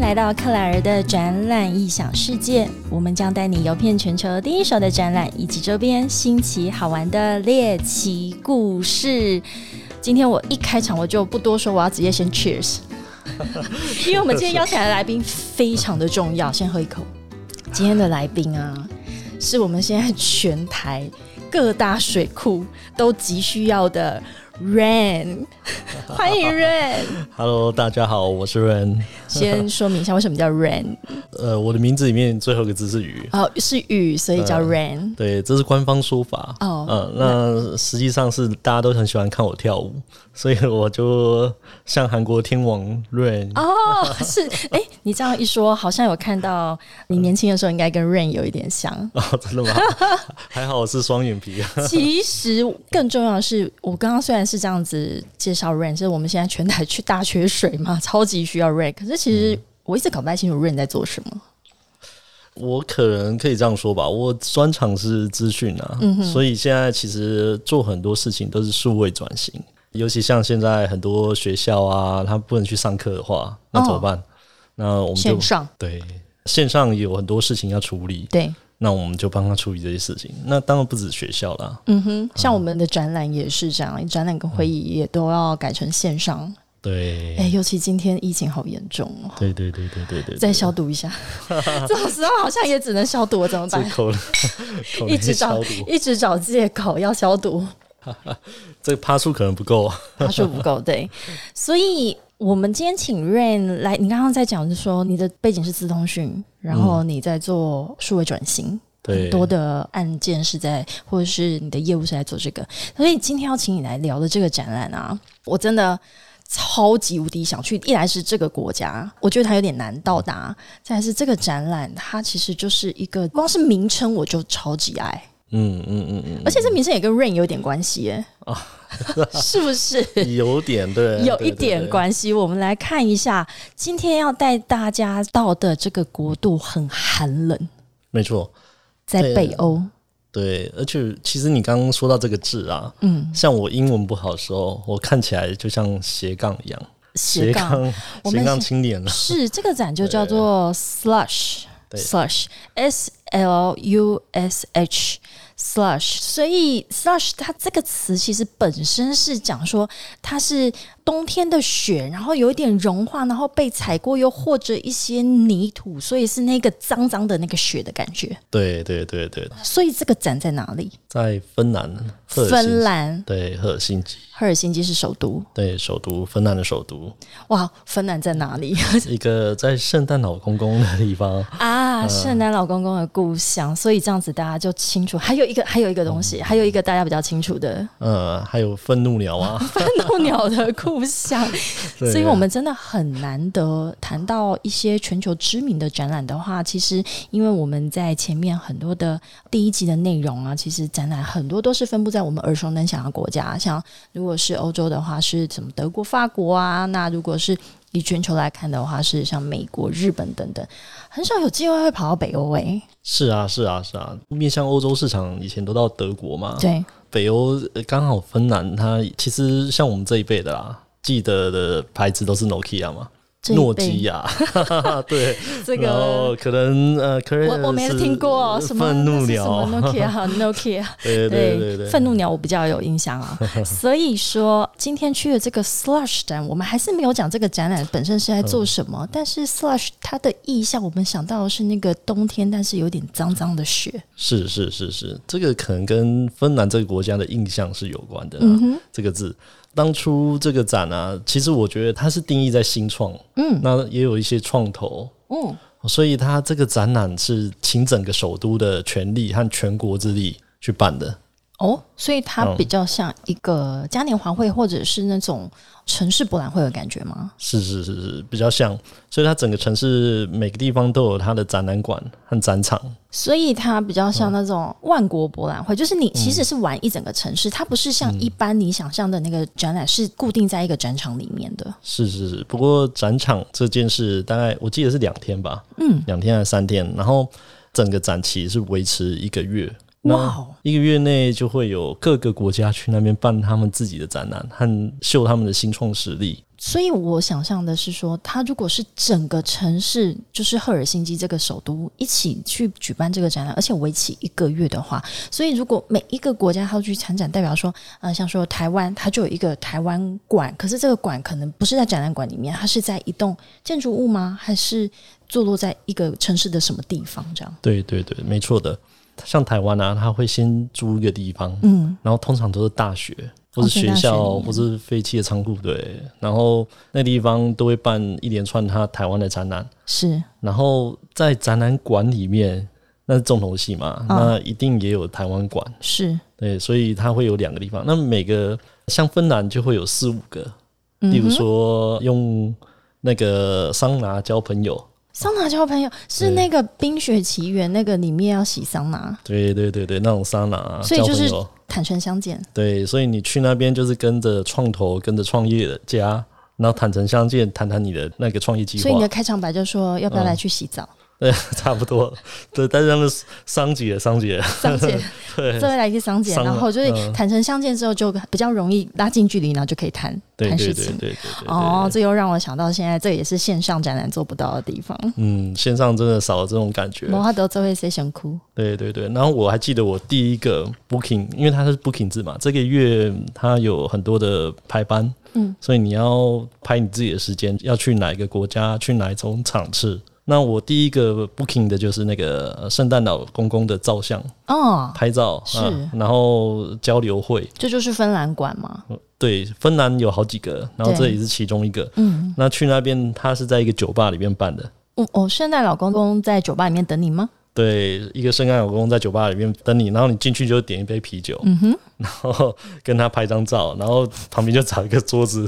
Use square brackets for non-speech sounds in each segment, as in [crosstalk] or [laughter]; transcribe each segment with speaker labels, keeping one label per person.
Speaker 1: 来到克莱尔的展览异想世界，我们将带你游遍全球第一手的展览以及周边新奇好玩的猎奇故事。今天我一开场我就不多说，我要直接先 cheers，因为我们今天邀请来的来宾非常的重要，先喝一口。今天的来宾啊，是我们现在全台各大水库都急需要的 Rain，欢迎 Rain。
Speaker 2: Hello，大家好，我是 Ren。
Speaker 1: 先说明一下为什么叫 Rain，
Speaker 2: 呃，我的名字里面最后一个字是雨，
Speaker 1: [laughs] 哦，是雨，所以叫
Speaker 2: 呃
Speaker 1: Rain。
Speaker 2: 对，这是官方说法。
Speaker 1: 哦
Speaker 2: 呃，那实际上是大家都很喜欢看我跳舞，所以我就像韩国天王 Ren。
Speaker 1: 哦，是，哎、你这样一说，好像有看到你年轻的时候应该跟 Rain 有一点
Speaker 2: [laughs]
Speaker 1: 像。
Speaker 2: 哦，真的吗？还好我是双眼皮。
Speaker 1: 其实更重要的是，我刚刚虽然是这样子介绍 Rain，是我们现在全台去大缺水嘛， [laughs] 超级需要 Rain，可是其
Speaker 2: 嗯
Speaker 1: 实我一直搞不太清楚 Rain 在做什么。
Speaker 2: 我可能可以这样说吧，我专长是资讯啊，
Speaker 1: 嗯
Speaker 2: 所以现在其实做很多事情都是数位转型，尤其像现在很多学校啊，他不能去上课的话，那
Speaker 1: 哦
Speaker 2: 怎么办？那我们就
Speaker 1: 线上
Speaker 2: 对线上有很多事情要处理，
Speaker 1: 对，
Speaker 2: 那我们就帮他处理这些事情。那当然不止学校啦，
Speaker 1: 嗯哼，
Speaker 2: 啊
Speaker 1: 像我们的展览也是这样，展览跟会议也都要改成线上。
Speaker 2: 对
Speaker 1: 哎、，尤其今天疫情好严重哦。
Speaker 2: 对对对对对对，
Speaker 1: 再消毒一
Speaker 2: [laughs]
Speaker 1: 下，这种时候好像也只能消毒了，怎么
Speaker 2: 这
Speaker 1: 办？ [laughs]
Speaker 2: 口口
Speaker 1: 一
Speaker 2: 内
Speaker 1: 直
Speaker 2: 消
Speaker 1: 找
Speaker 2: 毒，
Speaker 1: 一直找借口要消毒，
Speaker 2: 这趴数可能不够。
Speaker 1: 他说不够
Speaker 2: [laughs]
Speaker 1: 对，所以我们今天请 Rain 来，你刚刚在讲是说你的背景是资通讯，然后你在做数位转型。
Speaker 2: 嗯对
Speaker 1: 很多的案件是在，或者是你的业务是在做这个，所以今天要请你来聊的这个展览啊，我真的超级无敌想去。一来是这个国家，我觉得它有点难到达；再来是这个展览，它其实就是一个光是名称我就超级爱，
Speaker 2: 嗯嗯嗯嗯
Speaker 1: 而且这名称也跟 Rain 有点关系耶、 [laughs] 是不是？
Speaker 2: 嗯，有点哦对，
Speaker 1: 有
Speaker 2: 对
Speaker 1: 一点。关系。我们来看一下，今天要带大家到的这个国度很寒冷，
Speaker 2: 对对没错，
Speaker 1: 在
Speaker 2: 对
Speaker 1: 北欧。
Speaker 2: 对，而且其实你刚刚说到这个字啊，
Speaker 1: 嗯，
Speaker 2: 像我英文不好的时候，我看起来就像斜杠一样，
Speaker 1: 斜杠我们
Speaker 2: 斜杠
Speaker 1: 是
Speaker 2: 青年了。
Speaker 1: 是这个展就叫做 slush
Speaker 2: 对
Speaker 1: slush s l u s h slush，所以 slush 它这个词其实本身是讲说它是冬天的雪，然后有一点融化，然后被踩过，又或者一些泥土，所以是那个脏脏的那个雪的感觉。
Speaker 2: 对对对对，
Speaker 1: 所以这个展在哪里？
Speaker 2: 在芬兰，赫尔辛基
Speaker 1: 芬兰
Speaker 2: 对赫尔辛基，
Speaker 1: 赫尔辛基是首都。
Speaker 2: 对首都芬兰的首都， [laughs]
Speaker 1: 哇，芬兰在哪里
Speaker 2: 一个在圣诞老公公的地方。 [laughs]
Speaker 1: 啊？圣诞老公公的故乡，所以这样子大家就清楚。还有一个，还有一个东西，还有一个大家比较清楚的 [laughs]
Speaker 2: 呃，还有愤怒鸟啊， [laughs]
Speaker 1: 愤怒鸟的故乡。
Speaker 2: 对
Speaker 1: 所以我们真的很难得谈到一些全球知名的展览的话，其实因为我们在前面很多的第一集的内容啊，其实展览很多都是分布在我们耳熟能详的国家，像如果是欧洲的话，是什么德国、法国啊，那如果是以全球来看的话，是像美国、日本等等，很少有机会会跑到北欧诶、欸
Speaker 2: 是啊是啊是啊，面向欧洲市场以前都到德国嘛，
Speaker 1: 对，
Speaker 2: 北欧呃刚好芬兰，它其实像我们这一辈的啦，记得的牌子都是 Nokia 嘛，
Speaker 1: 这一辈
Speaker 2: 诺基
Speaker 1: [laughs]
Speaker 2: 亚， [laughs] 对，
Speaker 1: 这
Speaker 2: 然后
Speaker 1: 个。
Speaker 2: 可能呃，可能
Speaker 1: 我我没听过
Speaker 2: 是呃
Speaker 1: 什么
Speaker 2: 愤怒
Speaker 1: 那是什
Speaker 2: 鸟
Speaker 1: 么，Nokia Nokia，
Speaker 2: [laughs] 对对对对，
Speaker 1: 愤怒鸟我比较有印象
Speaker 2: [laughs]
Speaker 1: 啊，所以说今天去的这个 Slush 展，我们还是没有讲这个展览本身是在做什
Speaker 2: 嗯
Speaker 1: 么，但是 Slush 它的意象，我们想到的是那个冬天，但是有点脏脏的雪。
Speaker 2: 是是是是，这个可能跟芬兰这个国家的印象是有关的、啊。这个字，当初这个展啊，其实我觉得它是定义在新创，嗯，那也有一些创投，
Speaker 1: 嗯，
Speaker 2: 所以它这个展览是请整个首都的权力和全国之力去办的。
Speaker 1: 哦，所以它
Speaker 2: 嗯
Speaker 1: 比较像一个嘉年华会，或者是那种城市博览会的感觉吗？
Speaker 2: 是是是是，比较像，所以它整个城市每个地方都有它的展览馆和展场。
Speaker 1: 所以它比较像那种万国博览会，就是你其实是玩一整个城市，它不是像一般你想象的那个展览是固定在一个展场里面的。
Speaker 2: 是是是，不过展场这件事大概我记得是两天吧，嗯，两天还是三天，然后整个展期是维持一个月。
Speaker 1: 哇
Speaker 2: 那
Speaker 1: 哦
Speaker 2: 一个月内就会有各个国家去那边办他们自己的展览和秀他们的新创实力。
Speaker 1: 所以我想象的是说，它如果是整个城市，就是赫尔辛基这个首都一起去举办这个展览，而且为期一个月的话，所以如果每一个国家它去参展，代表说，呃，像说台湾，它就有一个台湾馆，可是这个馆可能不是在展览馆里面，它是在一栋建筑物吗？还是坐落在一个城市的什么地方？这样？
Speaker 2: 对对对，没错的。像台湾啊，他会先租一个地方，
Speaker 1: 嗯，哦
Speaker 2: 然后通常都是大学或是学校，或是废弃的仓库，对。然后那地方都会办一连串他台湾的展览，
Speaker 1: 是
Speaker 2: 然后在展览馆里面，那是重头戏
Speaker 1: 嗯
Speaker 2: 嘛，那一定也有台湾馆，
Speaker 1: 是，
Speaker 2: 对，所以它会有两个地方。那每个像芬兰就会有四五个，
Speaker 1: 嗯
Speaker 2: 例如说用那个桑拿交朋友，
Speaker 1: 桑拿交朋友是那个《冰雪奇缘》那个里面要洗桑拿，
Speaker 2: 对对对对，那种桑拿
Speaker 1: 所以
Speaker 2: 交朋
Speaker 1: 就是
Speaker 2: 友。
Speaker 1: 坦诚相见。
Speaker 2: 对，所以你去那边就是跟着创投，跟着创业家，然后坦诚相见，谈谈你的那个创业计
Speaker 1: 所以你的，
Speaker 2: 划
Speaker 1: 开场白就说要不要来去洗澡？
Speaker 2: [laughs] 对，差不多。对，但是他们桑姐，桑姐，
Speaker 1: 桑姐，
Speaker 2: [laughs] 对
Speaker 1: 这位来去桑姐，
Speaker 2: 桑
Speaker 1: 然后就是
Speaker 2: 嗯
Speaker 1: 坦诚相见之后，就比较容易拉近距离，然后就可以谈
Speaker 2: 对
Speaker 1: 谈
Speaker 2: 对
Speaker 1: 事
Speaker 2: 对对
Speaker 1: 情
Speaker 2: 对。对对
Speaker 1: 哦，这又让我想到现在，这也是线上展览做不到的地方。
Speaker 2: 嗯，线上真的少了这种感觉。
Speaker 1: 摩哈德这位 s e s 哭，
Speaker 2: 对对对，然后我还记得我第一个 booking，因为它是 booking 制嘛，这个月它有很多的排班，
Speaker 1: 嗯，
Speaker 2: 所以你要拍你自己的时间，要去哪一个国家，去哪一种场次。那我第一个 booking 的就是那个呃圣诞老公公的照相，
Speaker 1: 哦，
Speaker 2: 拍照，
Speaker 1: 是
Speaker 2: 啊然后交流会，
Speaker 1: 这就是芬兰馆嘛。
Speaker 2: 嗯对，芬兰有好几个，然后
Speaker 1: 对
Speaker 2: 这也是其中一个。
Speaker 1: 嗯，
Speaker 2: 那去那边，他是在一个酒吧里面办的，
Speaker 1: 哦哦，圣诞老公公在酒吧里面等你吗？
Speaker 2: 对，一个圣诞老公公在酒吧里面等你，然后你进去就点一杯啤酒，嗯哼，然后跟他拍张照，然后旁边就找一个桌子，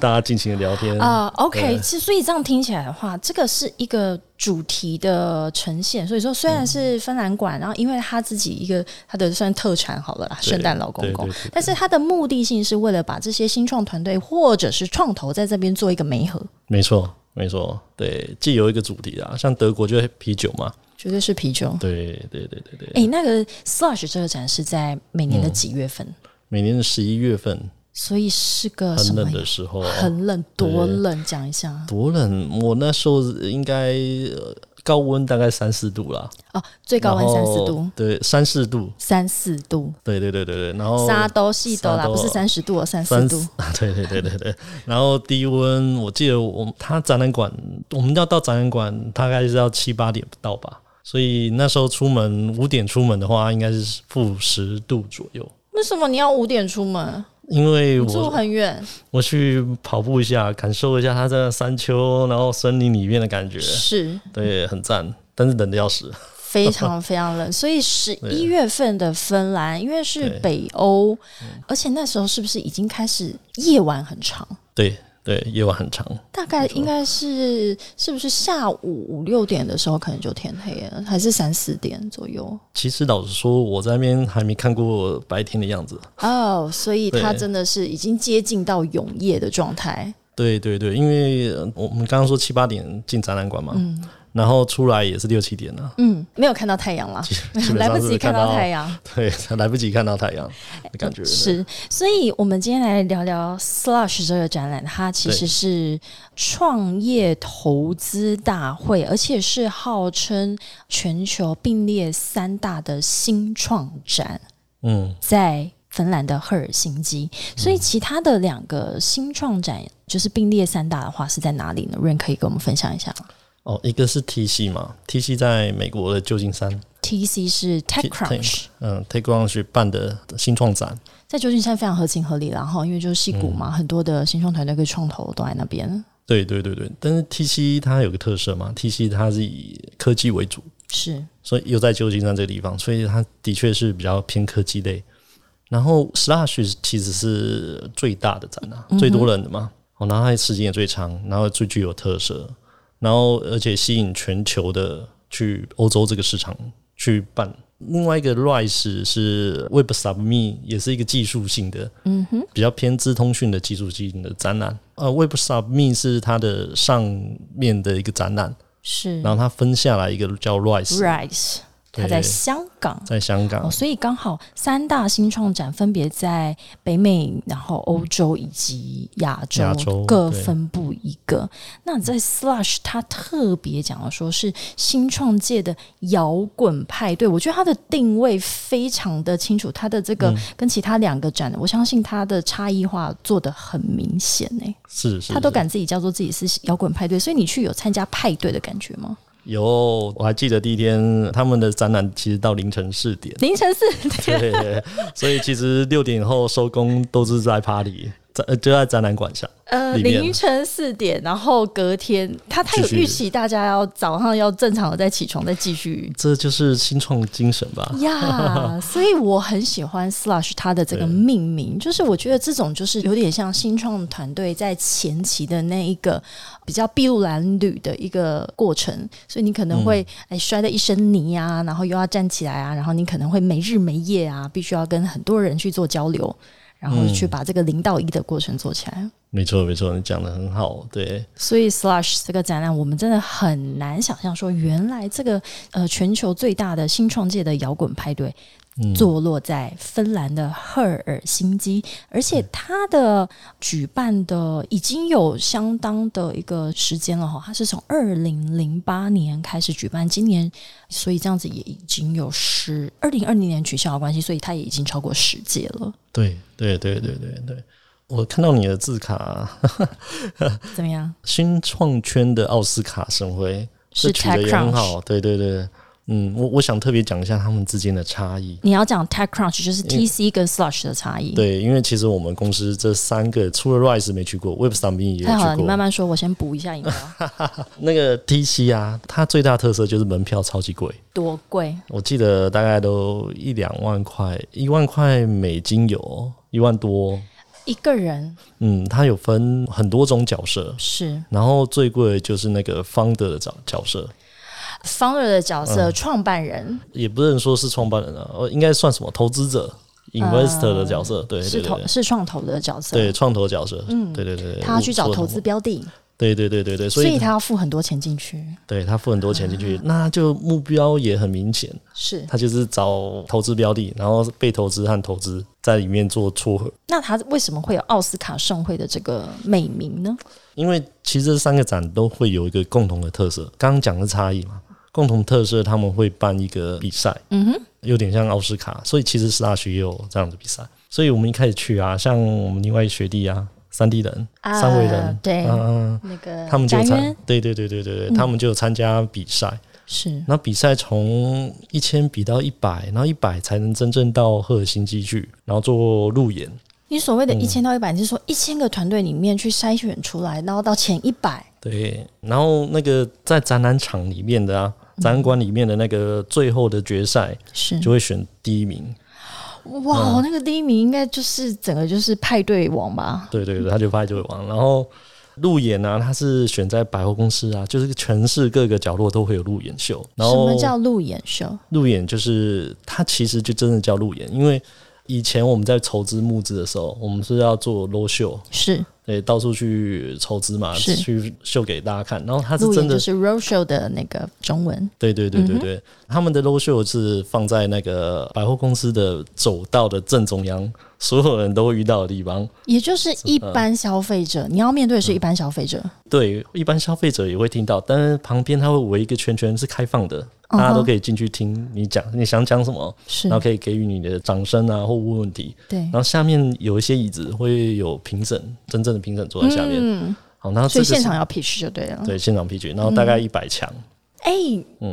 Speaker 2: 大家尽情的聊天。
Speaker 1: 啊、o k
Speaker 2: 对
Speaker 1: 其实所以这样听起来的话，这个是一个主题的呈现。所以说，虽
Speaker 2: 嗯
Speaker 1: 然是芬兰馆，然后因为他自己一个他的算特产好了啦，
Speaker 2: 对
Speaker 1: 圣诞老公公
Speaker 2: 对对对，
Speaker 1: 但是他的目的性是为了把这些新创团队或者是创投在这边做一个媒合，
Speaker 2: 没错，没错，对，既有一个主题啊，像德国就是啤酒嘛，
Speaker 1: 绝对是啤酒。
Speaker 2: 对对对对对，嗯
Speaker 1: 诶，那个 Slush 这个展是在每年的几月份？
Speaker 2: 每年的十一月份
Speaker 1: 所以是个什
Speaker 2: 很
Speaker 1: 么
Speaker 2: 冷？的哦时候，
Speaker 1: 很冷，多冷？讲一下啊
Speaker 2: 多冷！我那时候应该呃高温大概三四度啦，
Speaker 1: 哦，最高温
Speaker 2: 然后
Speaker 1: 三四度，
Speaker 2: 对，三四度，
Speaker 1: 三四度，
Speaker 2: 对对对对对，然后
Speaker 1: 沙都细都
Speaker 2: 哦沙
Speaker 1: 啦，
Speaker 2: 兜哦
Speaker 1: 不是三十度，哦三四
Speaker 2: 三
Speaker 1: 度。，
Speaker 2: [laughs] 对对对对对，然后低温，我记得我他展览馆，我们要到展览馆大概是要七八点不到吧，所以那时候出门五点出门的话，应该是负十度左右。
Speaker 1: 为什么你要五点出门？
Speaker 2: 因为
Speaker 1: 你住
Speaker 2: 我
Speaker 1: 很远，
Speaker 2: 我去跑步一下，感受一下它在山丘，然后森林里面的感觉，
Speaker 1: 是
Speaker 2: 对，很赞。但是冷的要死， [laughs]
Speaker 1: 非常非常冷。所以十一月份的芬兰，因为是
Speaker 2: 对嗯
Speaker 1: 北欧，而且那时候是不是已经开始夜晚很长？
Speaker 2: 对对，夜晚很长。
Speaker 1: 大概应该是是不是下午五六点的时候，可能就天黑了，还是三四点左
Speaker 2: [laughs]
Speaker 1: 右？
Speaker 2: 其实老实说，我在那边还没看过白天的样子。
Speaker 1: 哦、所以它
Speaker 2: 对
Speaker 1: 真的是已经接近到永夜的状态。
Speaker 2: 对对对，因为呃我们刚刚说七八点进展览馆嘛，然后出来也是六七点
Speaker 1: [laughs]
Speaker 2: 了、
Speaker 1: 嗯，没有看到太阳啦，
Speaker 2: 基本
Speaker 1: [laughs] 来
Speaker 2: 上
Speaker 1: 不及
Speaker 2: 是
Speaker 1: 看
Speaker 2: 看
Speaker 1: 到太阳。
Speaker 2: 对， [laughs] 来不及看到太阳的感觉。
Speaker 1: 是，所以我们今天来聊聊 Slush 这个展览，它其实
Speaker 2: 对
Speaker 1: 是创业投资大会，而且是号称全球并列三大的新创展，
Speaker 2: 嗯，
Speaker 1: 在芬兰的赫尔辛基。所以其他的两个新创展，就是并列三大的话，是在哪里呢？Rain 可以跟我们分享一下吗
Speaker 2: 哦，一个是 TC 嘛，TC 在美国的旧金山，
Speaker 1: ？TC 是 TechCrunch，
Speaker 2: 嗯，TechCrunch 办的新创展，
Speaker 1: 在旧金山非常合情合理啦，然后因为就是戏谷嘛，很多的新创团队跟创投都在那边。
Speaker 2: 对对对对。但是 TC 它有个特色嘛，TC 它是以科技为主，
Speaker 1: 是，
Speaker 2: 所以又在旧金山这个地方，所以它的确是比较偏科技类。然后 Slash 其实是最大的展览、啊最多人的嘛，哦，然后它时间也最长，然后最具有特色，然后而且吸引全球的去欧洲这个市场去办。另外一个 Rise 是 Web Submit，也是一个技术性的，嗯哼，比较偏资通讯的技术性的展览。呃，Web Submit 是它的上面的一个展览，
Speaker 1: 是
Speaker 2: 然后它分下来一个叫 Rise，
Speaker 1: Rise 它在香港。
Speaker 2: 在香港
Speaker 1: 哦，，所以刚好三大新创展分别在北美、然后欧洲以及亚洲
Speaker 2: 嗯亚洲
Speaker 1: 各
Speaker 2: 对
Speaker 1: 分布一个。那在 Slush，它特别讲到说是新创界的摇滚派对，我觉得它的定位非常的清楚，它的这
Speaker 2: 嗯
Speaker 1: 个跟其他两个展，我相信它的差异化做得很明显诶、
Speaker 2: 是是，
Speaker 1: 他都
Speaker 2: 是
Speaker 1: 敢自己叫做自己是摇滚派对，所以你去有参加派对的感觉吗？
Speaker 2: 有。我还记得第一天他们的展览其实到凌晨四点
Speaker 1: [laughs] ，凌晨四点，
Speaker 2: 对，所以其实六点后收工都是在 party，在呃就在展览馆下。
Speaker 1: 呃，
Speaker 2: 里面
Speaker 1: 凌晨四点，然后隔天，他他有
Speaker 2: 继续
Speaker 1: 预期大家要早上要正常的再起床，再继
Speaker 2: [laughs]
Speaker 1: 续
Speaker 2: 这就是新创精神吧？
Speaker 1: 呀所以我很喜欢 Slush 它的这个
Speaker 2: 对
Speaker 1: 命
Speaker 2: [laughs]
Speaker 1: 名，就是我觉得这种就是有点像新创团队在前期的那一个比较筚路蓝缕的一个过程，所以你可能会
Speaker 2: 嗯
Speaker 1: 哎摔得一身泥啊，然后又要站起来啊，然后你可能会没日没夜啊，必须要跟很多人去做交流，然
Speaker 2: 嗯
Speaker 1: 后去把这个零到一的过程做起来。
Speaker 2: 没错，没错，你讲的很好。对，
Speaker 1: 所以 Slush 这个展览，我们真的很难想象说，原来这个呃全球最大的新创界的摇滚派对。
Speaker 2: 嗯
Speaker 1: 坐落在芬兰的赫尔辛基，而且它的举办的已经有相当的一个时间了哈，它是从二零零八年开始举办，今年所以这样子也已经有十二零二零年取消的关系，所以它也已经超过十届了。
Speaker 2: 对，对，对，对，对，对。我看到你的字卡，
Speaker 1: 怎么样？
Speaker 2: 新创圈的奥斯卡盛辉，
Speaker 1: 是
Speaker 2: 这取得也很
Speaker 1: TechCrunch，
Speaker 2: 好。对，对，对。嗯，我我想特别讲一下他们之间的差异。
Speaker 1: 你要讲 TechCrunch 就是
Speaker 2: 因为
Speaker 1: TC 跟 Slush 的差异。
Speaker 2: 对，因为其实我们公司这三个，除了 Rise 没去过，Web 3 0也有
Speaker 1: 太好了，
Speaker 2: 去
Speaker 1: 你慢
Speaker 2: 过。
Speaker 1: 慢说，我先补一下饮
Speaker 2: [laughs]
Speaker 1: 料。
Speaker 2: 那个 TC 啊，它最大特色就是门票超级贵，
Speaker 1: 多贵？
Speaker 2: 我记得大概都一两万块，一万块美金有哦，一万多哦。
Speaker 1: 一个人
Speaker 2: 嗯，它有分很多种角色，
Speaker 1: 是
Speaker 2: 然后最贵的就是那个 founder 的角角色，
Speaker 1: founder 的角
Speaker 2: 嗯
Speaker 1: 色，创、办人
Speaker 2: 也不能说是创办人啊，呃应该算什么投资者 investor 的角色，对
Speaker 1: 呃是
Speaker 2: 对对
Speaker 1: 投
Speaker 2: 对，
Speaker 1: 是创投的角色，
Speaker 2: 对创投角色，嗯，对对对，
Speaker 1: 他要去找
Speaker 2: 我
Speaker 1: 投资，标的，
Speaker 2: 对对对对对，
Speaker 1: 所
Speaker 2: 所
Speaker 1: 以
Speaker 2: 以
Speaker 1: 他要付很多钱进去。
Speaker 2: 对他付很多钱进去，那就目标也很明显，
Speaker 1: 是，
Speaker 2: 他就是找投资标的，然后被投资和投资在里面做撮合，
Speaker 1: 那他为什么会有奥斯卡盛会的这个美名呢？
Speaker 2: 因为其实这三个展都会有一个共同的特色，刚刚讲的差异嘛，共同特色他们会办一个比赛，
Speaker 1: 嗯哼，
Speaker 2: 有点像奥斯卡，所以其实师大学也有这样的比赛。所以我们一开始去啊，像我们另外一学弟啊，三 D 人、
Speaker 1: 啊
Speaker 2: 三维人，
Speaker 1: 对
Speaker 2: 嗯嗯、
Speaker 1: 那个
Speaker 2: 他们就有
Speaker 1: 展
Speaker 2: 参
Speaker 1: 渊，
Speaker 2: 对对对对对对，他们就有参加比赛。
Speaker 1: 是
Speaker 2: 那比赛从一千比到一百，然后一百才能真正到赫尔辛基去，然后做路演。
Speaker 1: 你所谓
Speaker 2: 嗯
Speaker 1: 的一千到一百，你是说一千个团队里面去筛选出来，然后到前一百，
Speaker 2: 对，然后那个在展览场里面的啊，
Speaker 1: 嗯
Speaker 2: 展览馆里面的那个最后的决赛
Speaker 1: 是
Speaker 2: 就会嗯选第一名。
Speaker 1: 哇，那个第一名应该就是整个就是派对王吧？
Speaker 2: 对对对，他就拍就会玩。然后路演啊，他是选在百货公司啊，就是全市各个角落都会有路演秀。然
Speaker 1: 什
Speaker 2: 后
Speaker 1: 么叫路演秀？
Speaker 2: 路演？就是它其实就真的叫路演，因为以前我们在筹资募资的时候，我们是要做 low 秀，
Speaker 1: 是
Speaker 2: 对，到处去筹资嘛，
Speaker 1: 是
Speaker 2: 去秀给大家看。然后它是
Speaker 1: 路
Speaker 2: 真
Speaker 1: 演
Speaker 2: 的，
Speaker 1: 就是嗯 road show 的那个中文，
Speaker 2: 对对对对对，他们的 low 秀是放在那个百货公司的走道的正中央，所有人都会遇到的地方。
Speaker 1: 也就是一般消费者，你要面对的是一般消费者。
Speaker 2: 对，一般消费者也会听到，但是旁边它会围一个圈圈，是开放
Speaker 1: 嗯
Speaker 2: 的，
Speaker 1: 哼嗯
Speaker 2: 大家都可以进去听你讲，你想讲什么，
Speaker 1: 是
Speaker 2: 然后可以给予你的掌声啊，或问问题。
Speaker 1: 对
Speaker 2: 然，后下面有一些椅子会有评审，真正的评审坐在下面。
Speaker 1: 嗯，
Speaker 2: 好，然后这
Speaker 1: 所以
Speaker 2: 个是
Speaker 1: 现场要 pitch 就对了。
Speaker 2: 对现场 P 局，然后大概一百强，
Speaker 1: 哎、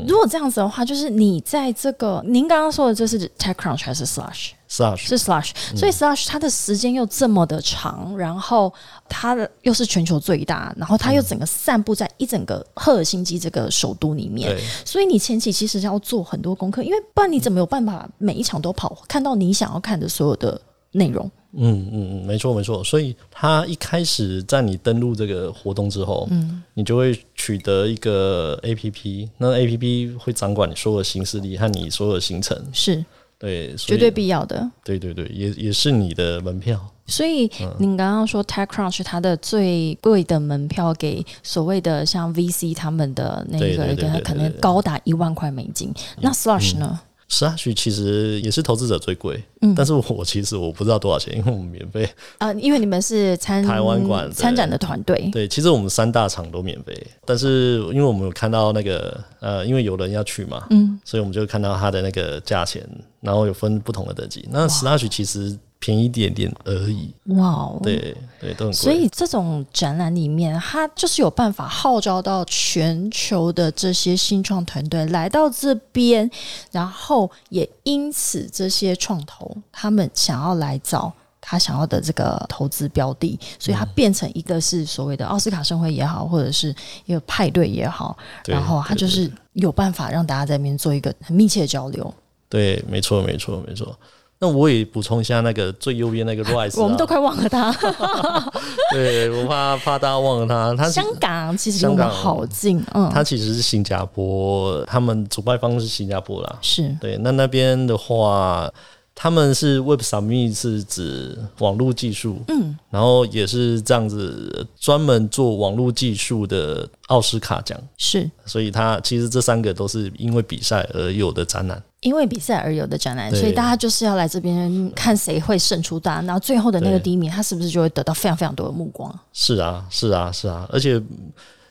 Speaker 1: 如果这样子的话，就是你在这个您刚刚说的，这是 TechCrunch 还是 Slash？
Speaker 2: 是啊，是
Speaker 1: 是 Slash，所以 Slash 它的时间又这么的长，然后它的又是全球最大，然后它又整个散布在一整个赫尔辛基这个首都里面
Speaker 2: 对，
Speaker 1: 所以你前期其实要做很多功课，因为不然你怎么有办法每一场都跑，看到你想要看的所有的内容？
Speaker 2: 嗯嗯嗯，没错没错。所以他一开始在你登录这个活动之后，嗯，你就会取得一个 A P P，那 A P P 会掌管你所有行事历和你所有行程。
Speaker 1: 是
Speaker 2: 对，所
Speaker 1: 绝
Speaker 2: 以
Speaker 1: 对必要的。
Speaker 2: 对对对，也也是你的门票。
Speaker 1: 所以您刚刚说 TechCrunch 它的最贵的门票给所谓的像 VC 他们的那
Speaker 2: 对
Speaker 1: 个
Speaker 2: 对
Speaker 1: 一
Speaker 2: 对
Speaker 1: 个，它
Speaker 2: 对对
Speaker 1: 可能
Speaker 2: 对嗯
Speaker 1: 高达一万块美金。那 Slush 呢？
Speaker 2: Slash 其实也是投资者最贵，
Speaker 1: 嗯
Speaker 2: 但是我其实我不知道多少钱，因为我们免费。
Speaker 1: 呃，因为你们是参
Speaker 2: 台湾馆对
Speaker 1: 参展的团队，
Speaker 2: 对，其实我们三大场都免费，但是因为我们有看到那个呃，因为有人要去嘛，
Speaker 1: 嗯，
Speaker 2: 所以我们就看到它的那个价钱，然后有分不同的等级。那 Slash 其实便宜一点点而已，
Speaker 1: 哇哦，
Speaker 2: 对对，都很贵。
Speaker 1: 所以这种展览里面，它就是有办法号召到全球的这些新创团队来到这边，然后也因此这些创投他们想要来找。他想要的这个投资标的，所
Speaker 2: 嗯
Speaker 1: 以它变成一个是所谓的奥斯卡盛会也好，或者是一个派对也好，
Speaker 2: 对
Speaker 1: 然后它
Speaker 2: 对
Speaker 1: 就
Speaker 2: 对
Speaker 1: 是有办法让大家在那边做一个很密切的交流。
Speaker 2: 对，没错，没错，没错。那我也补充一下那个最右边那个
Speaker 1: [laughs]
Speaker 2: Rise，、啊、
Speaker 1: 我们都快忘了
Speaker 2: [laughs]
Speaker 1: 它。
Speaker 2: 对，我怕怕大家忘了它。它是
Speaker 1: 香港其实离我们
Speaker 2: 香港
Speaker 1: 好近，嗯，
Speaker 2: 它其实是新加坡，他们主办方是新加坡啦。
Speaker 1: 是
Speaker 2: 对，那那边的话，他们是 Web Summit 是指网络技术，嗯，然后也是这样子专门做网络技术的奥斯卡奖，
Speaker 1: 是。
Speaker 2: 所以它其实这三个都是因为比赛而有的展览。
Speaker 1: 因为比赛而有的展览，
Speaker 2: 对
Speaker 1: 所以大家就是要来这边看谁会胜出大，然后最后的那个
Speaker 2: 对
Speaker 1: 第一名，他是不是就会得到非常非常多的目光？
Speaker 2: 是啊，是啊，是啊，而且。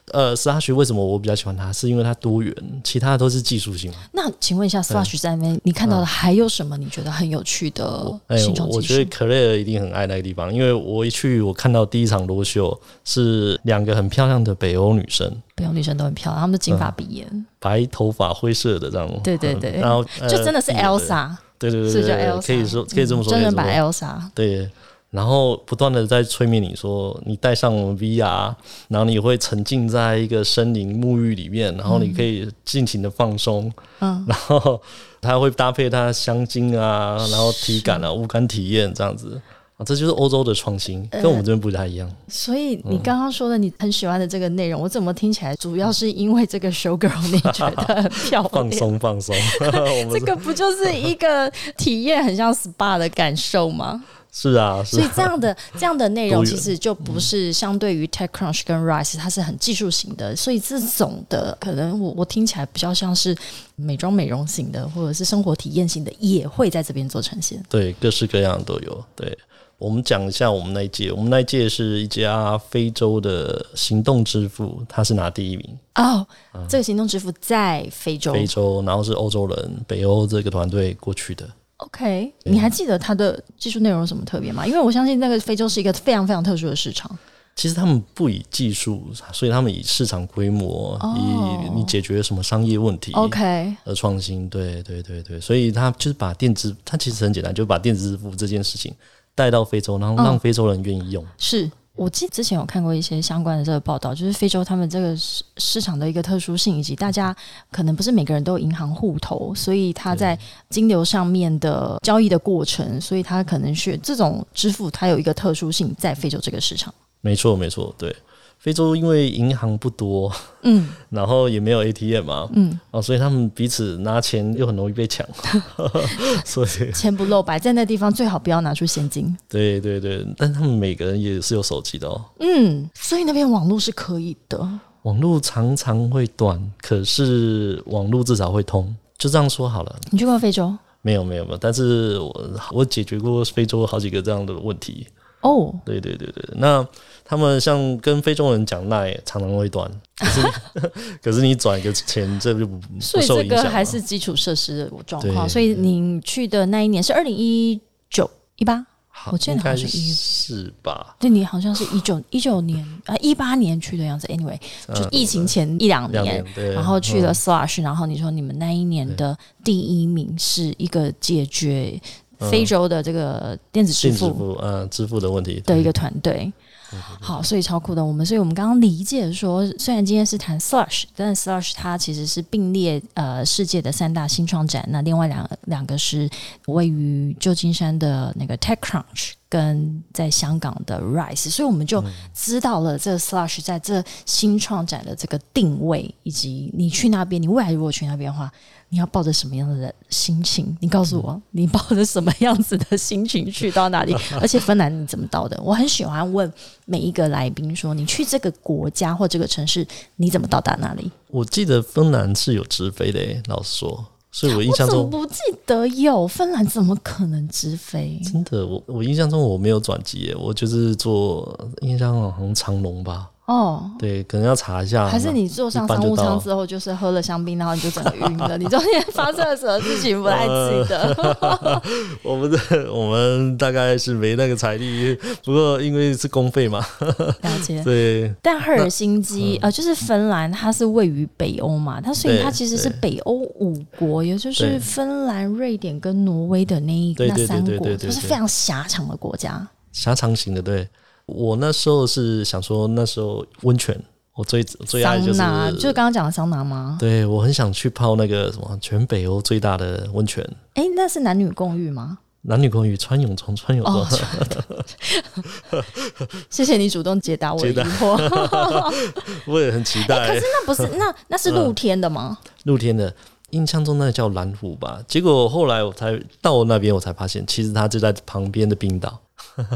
Speaker 2: 呃，斯哈学为什么我比较喜欢它？是因为它多元，其他都是技术性。
Speaker 1: 那请问一下，Slash
Speaker 2: 嗯
Speaker 1: 在那边你看到的还有什么你觉得很有趣的
Speaker 2: 哎、
Speaker 1: 新
Speaker 2: 嗯我
Speaker 1: 创技
Speaker 2: 我觉得
Speaker 1: 术？
Speaker 2: 克莱尔一定很爱那个地方，因为我一去，我看到第一场裸秀是两个很漂亮的北欧女生，
Speaker 1: 不用女生都很漂亮，她们都金发碧眼，
Speaker 2: 白头发灰色的这样，
Speaker 1: 对对对
Speaker 2: 嗯然后、呃
Speaker 1: 就真的是
Speaker 2: 绿的
Speaker 1: Elsa，
Speaker 2: 对对对
Speaker 1: 是
Speaker 2: 对
Speaker 1: 叫
Speaker 2: 对
Speaker 1: Elsa，
Speaker 2: 可以说可以这么
Speaker 1: 真
Speaker 2: 说，可以
Speaker 1: 人
Speaker 2: 这么
Speaker 1: 版
Speaker 2: 说
Speaker 1: Elsa。
Speaker 2: 对。然后不断的在催眠你说，你戴上我们 VR，然后你会沉浸在一个森林沐浴里面，然后你可以尽情的放松，
Speaker 1: 嗯，
Speaker 2: [laughs] 然后它会搭配它香精啊，然后体感啊、无感体验这样子啊，这就是欧洲的创新，
Speaker 1: 呃
Speaker 2: 跟我们这边不太一样。
Speaker 1: 所以你
Speaker 2: 嗯
Speaker 1: 刚刚说的你很喜欢的这个内容，我怎么听起来主要是因为这个 Showgirl 你觉得很漂
Speaker 2: [laughs] 放
Speaker 1: 亮？
Speaker 2: 松
Speaker 1: [laughs]
Speaker 2: 放松，我
Speaker 1: 这
Speaker 2: 们
Speaker 1: 个不就是一个体验很像 SPA 的感受吗？
Speaker 2: 是啊嗯是
Speaker 1: 所以
Speaker 2: 啊
Speaker 1: 这样的这样的内容
Speaker 2: 多元
Speaker 1: 其实就不是相对于 TechCrunch 跟 Rise，它是很技术型的，所以这种的可能我我听起来比较像是美妆美容型的，或者是生活体验型的，也会在这边做呈现。
Speaker 2: 对，各式各样都有。对，我们讲一下我们那一届，我们那一届是一家非洲的行动支付，他是拿第一名，
Speaker 1: 哦，这个行动支付在非洲
Speaker 2: 啊非洲，然后是欧洲人，北欧这个团队过去的。
Speaker 1: ，OK？你
Speaker 2: 嗯
Speaker 1: 还记得它的技术内容有什么特别吗？因为我相信那个非洲是一个非常非常特殊的市场。
Speaker 2: 其实他们不以技术，所以他们以市场规模，
Speaker 1: 哦
Speaker 2: 以你解决什么商业问题
Speaker 1: OK，
Speaker 2: 而创新。对对对对，所以他就是把电子，他其实很简单，就把电子支付这件事情带到非洲，然后
Speaker 1: 嗯
Speaker 2: 让非洲人愿意用。
Speaker 1: 是我记得之前有看过一些相关的这个报道，就是非洲他们这个市市场的一个特殊性，以及大家可能不是每个人都有银行户头，所以他在金流上面的交易的过程，所以他可能是这种支付，它有一个特殊性在非洲这个市场。
Speaker 2: 没错没错，对。非洲因为银行不多，
Speaker 1: 嗯，
Speaker 2: [laughs] 然后也没有 ATM 嘛，嗯，哦，所以他们彼此拿钱又很容易被抢，所以
Speaker 1: 钱不露白，在那地方最好不要拿出现金。
Speaker 2: 对对对，但他们每个人也是有手机的哦。
Speaker 1: 嗯，所以那边网络是可以的。
Speaker 2: 网络常常会断，可是网络至少会通，就这样说好了。
Speaker 1: 你去过非洲？
Speaker 2: 没有没有没有，但是我我解决过非洲好几个这样的问题。
Speaker 1: 哦，
Speaker 2: 对对对对，那他们像跟非洲人讲那常常会断，可是你可是 [laughs] 你转一个钱这就不不
Speaker 1: 所以
Speaker 2: 受
Speaker 1: 这
Speaker 2: 影响
Speaker 1: 个
Speaker 2: 了。
Speaker 1: 还是基础设施的状况。
Speaker 2: 对
Speaker 1: 所以您去的那一年是二零一九一八，
Speaker 2: 好
Speaker 1: 我记得
Speaker 2: 应
Speaker 1: 好像
Speaker 2: 该
Speaker 1: 是一
Speaker 2: 是吧？
Speaker 1: 对你好像
Speaker 2: [sighs]
Speaker 1: 是一九一九年啊一八年去的样子，anyway，就疫情前一两
Speaker 2: 呃嗯两
Speaker 1: 年，
Speaker 2: 年对，
Speaker 1: 然后去了
Speaker 2: 嗯
Speaker 1: Slash，、然后你说你们那一年的第一名是一个解决
Speaker 2: 嗯
Speaker 1: 非洲的这个电子支
Speaker 2: 电子支
Speaker 1: 付
Speaker 2: 付，嗯、支付的问题。
Speaker 1: 的一个团队。好，所以超酷的我们，所以我们刚刚理解说，虽然今天是谈 Slush，但是 Slush 它其实是并列呃世界的三大新创展，那另外两两个是位于旧金山的那个 TechCrunch。跟在香港的 Rise，所以我们就知道了这 Slush 在这新创展的这个定位，以及你去那边，你未来如果去那边的话，你要抱着什么样的心情？你告诉我，
Speaker 2: 嗯
Speaker 1: 你抱着什么样子的心情去到哪
Speaker 2: [laughs]
Speaker 1: 里？而且芬兰你怎么到的？我很喜欢问每一个来宾说，你去这个国家或这个城市，你怎么到达那里？
Speaker 2: 我记得芬兰是有直飞的、欸，老实说。所以我印象
Speaker 1: 我
Speaker 2: 中
Speaker 1: 怎么不记得有芬兰？怎么可能直飞？
Speaker 2: 真的，我我印象中我没有转机耶，我就是坐印象中好像长龙吧，
Speaker 1: 哦，
Speaker 2: 对，可能要查一下。
Speaker 1: 还是你坐上
Speaker 2: 一般
Speaker 1: 商
Speaker 2: 就
Speaker 1: 务
Speaker 2: 到
Speaker 1: 舱
Speaker 2: 了
Speaker 1: 之后，就是喝了香槟，然后你就整个晕
Speaker 2: [laughs]
Speaker 1: 了。你中间发生了什么事情不太记得？
Speaker 2: [laughs] 我们的我们大概是没那个财力，不过因为是公费嘛， [laughs]
Speaker 1: 了解。
Speaker 2: 对，
Speaker 1: 但赫尔辛基，呃，就是芬兰，它是位于北欧嘛，它所以
Speaker 2: 嗯对
Speaker 1: 它其实是北欧五国，也就是
Speaker 2: 对
Speaker 1: 芬兰、瑞典跟挪威的那一
Speaker 2: 对
Speaker 1: 那
Speaker 2: 对对
Speaker 1: 三
Speaker 2: 对对
Speaker 1: 国，
Speaker 2: 对
Speaker 1: 就
Speaker 2: 对
Speaker 1: 是非常狭长的国家。
Speaker 2: 狭长型的。对我那时候是想说，那时候温泉我最最爱就是
Speaker 1: 桑拿，就是刚刚讲的桑拿吗？
Speaker 2: 对我很想去泡那个什么全北欧最大的温泉，
Speaker 1: 哎，那是男女共浴
Speaker 2: [laughs]
Speaker 1: 吗？
Speaker 2: 男女共浴，穿泳装，穿泳装。
Speaker 1: 哦，谢谢你主动解答我的疑
Speaker 2: 解答 [laughs]
Speaker 1: 惑。
Speaker 2: [laughs] 我也很期待、
Speaker 1: 哎可是那不是那那是露天的吗？
Speaker 2: 露天的，印象中那个叫蓝湖吧。结果后来我才到那边，我才发现其实它就在旁边的冰岛，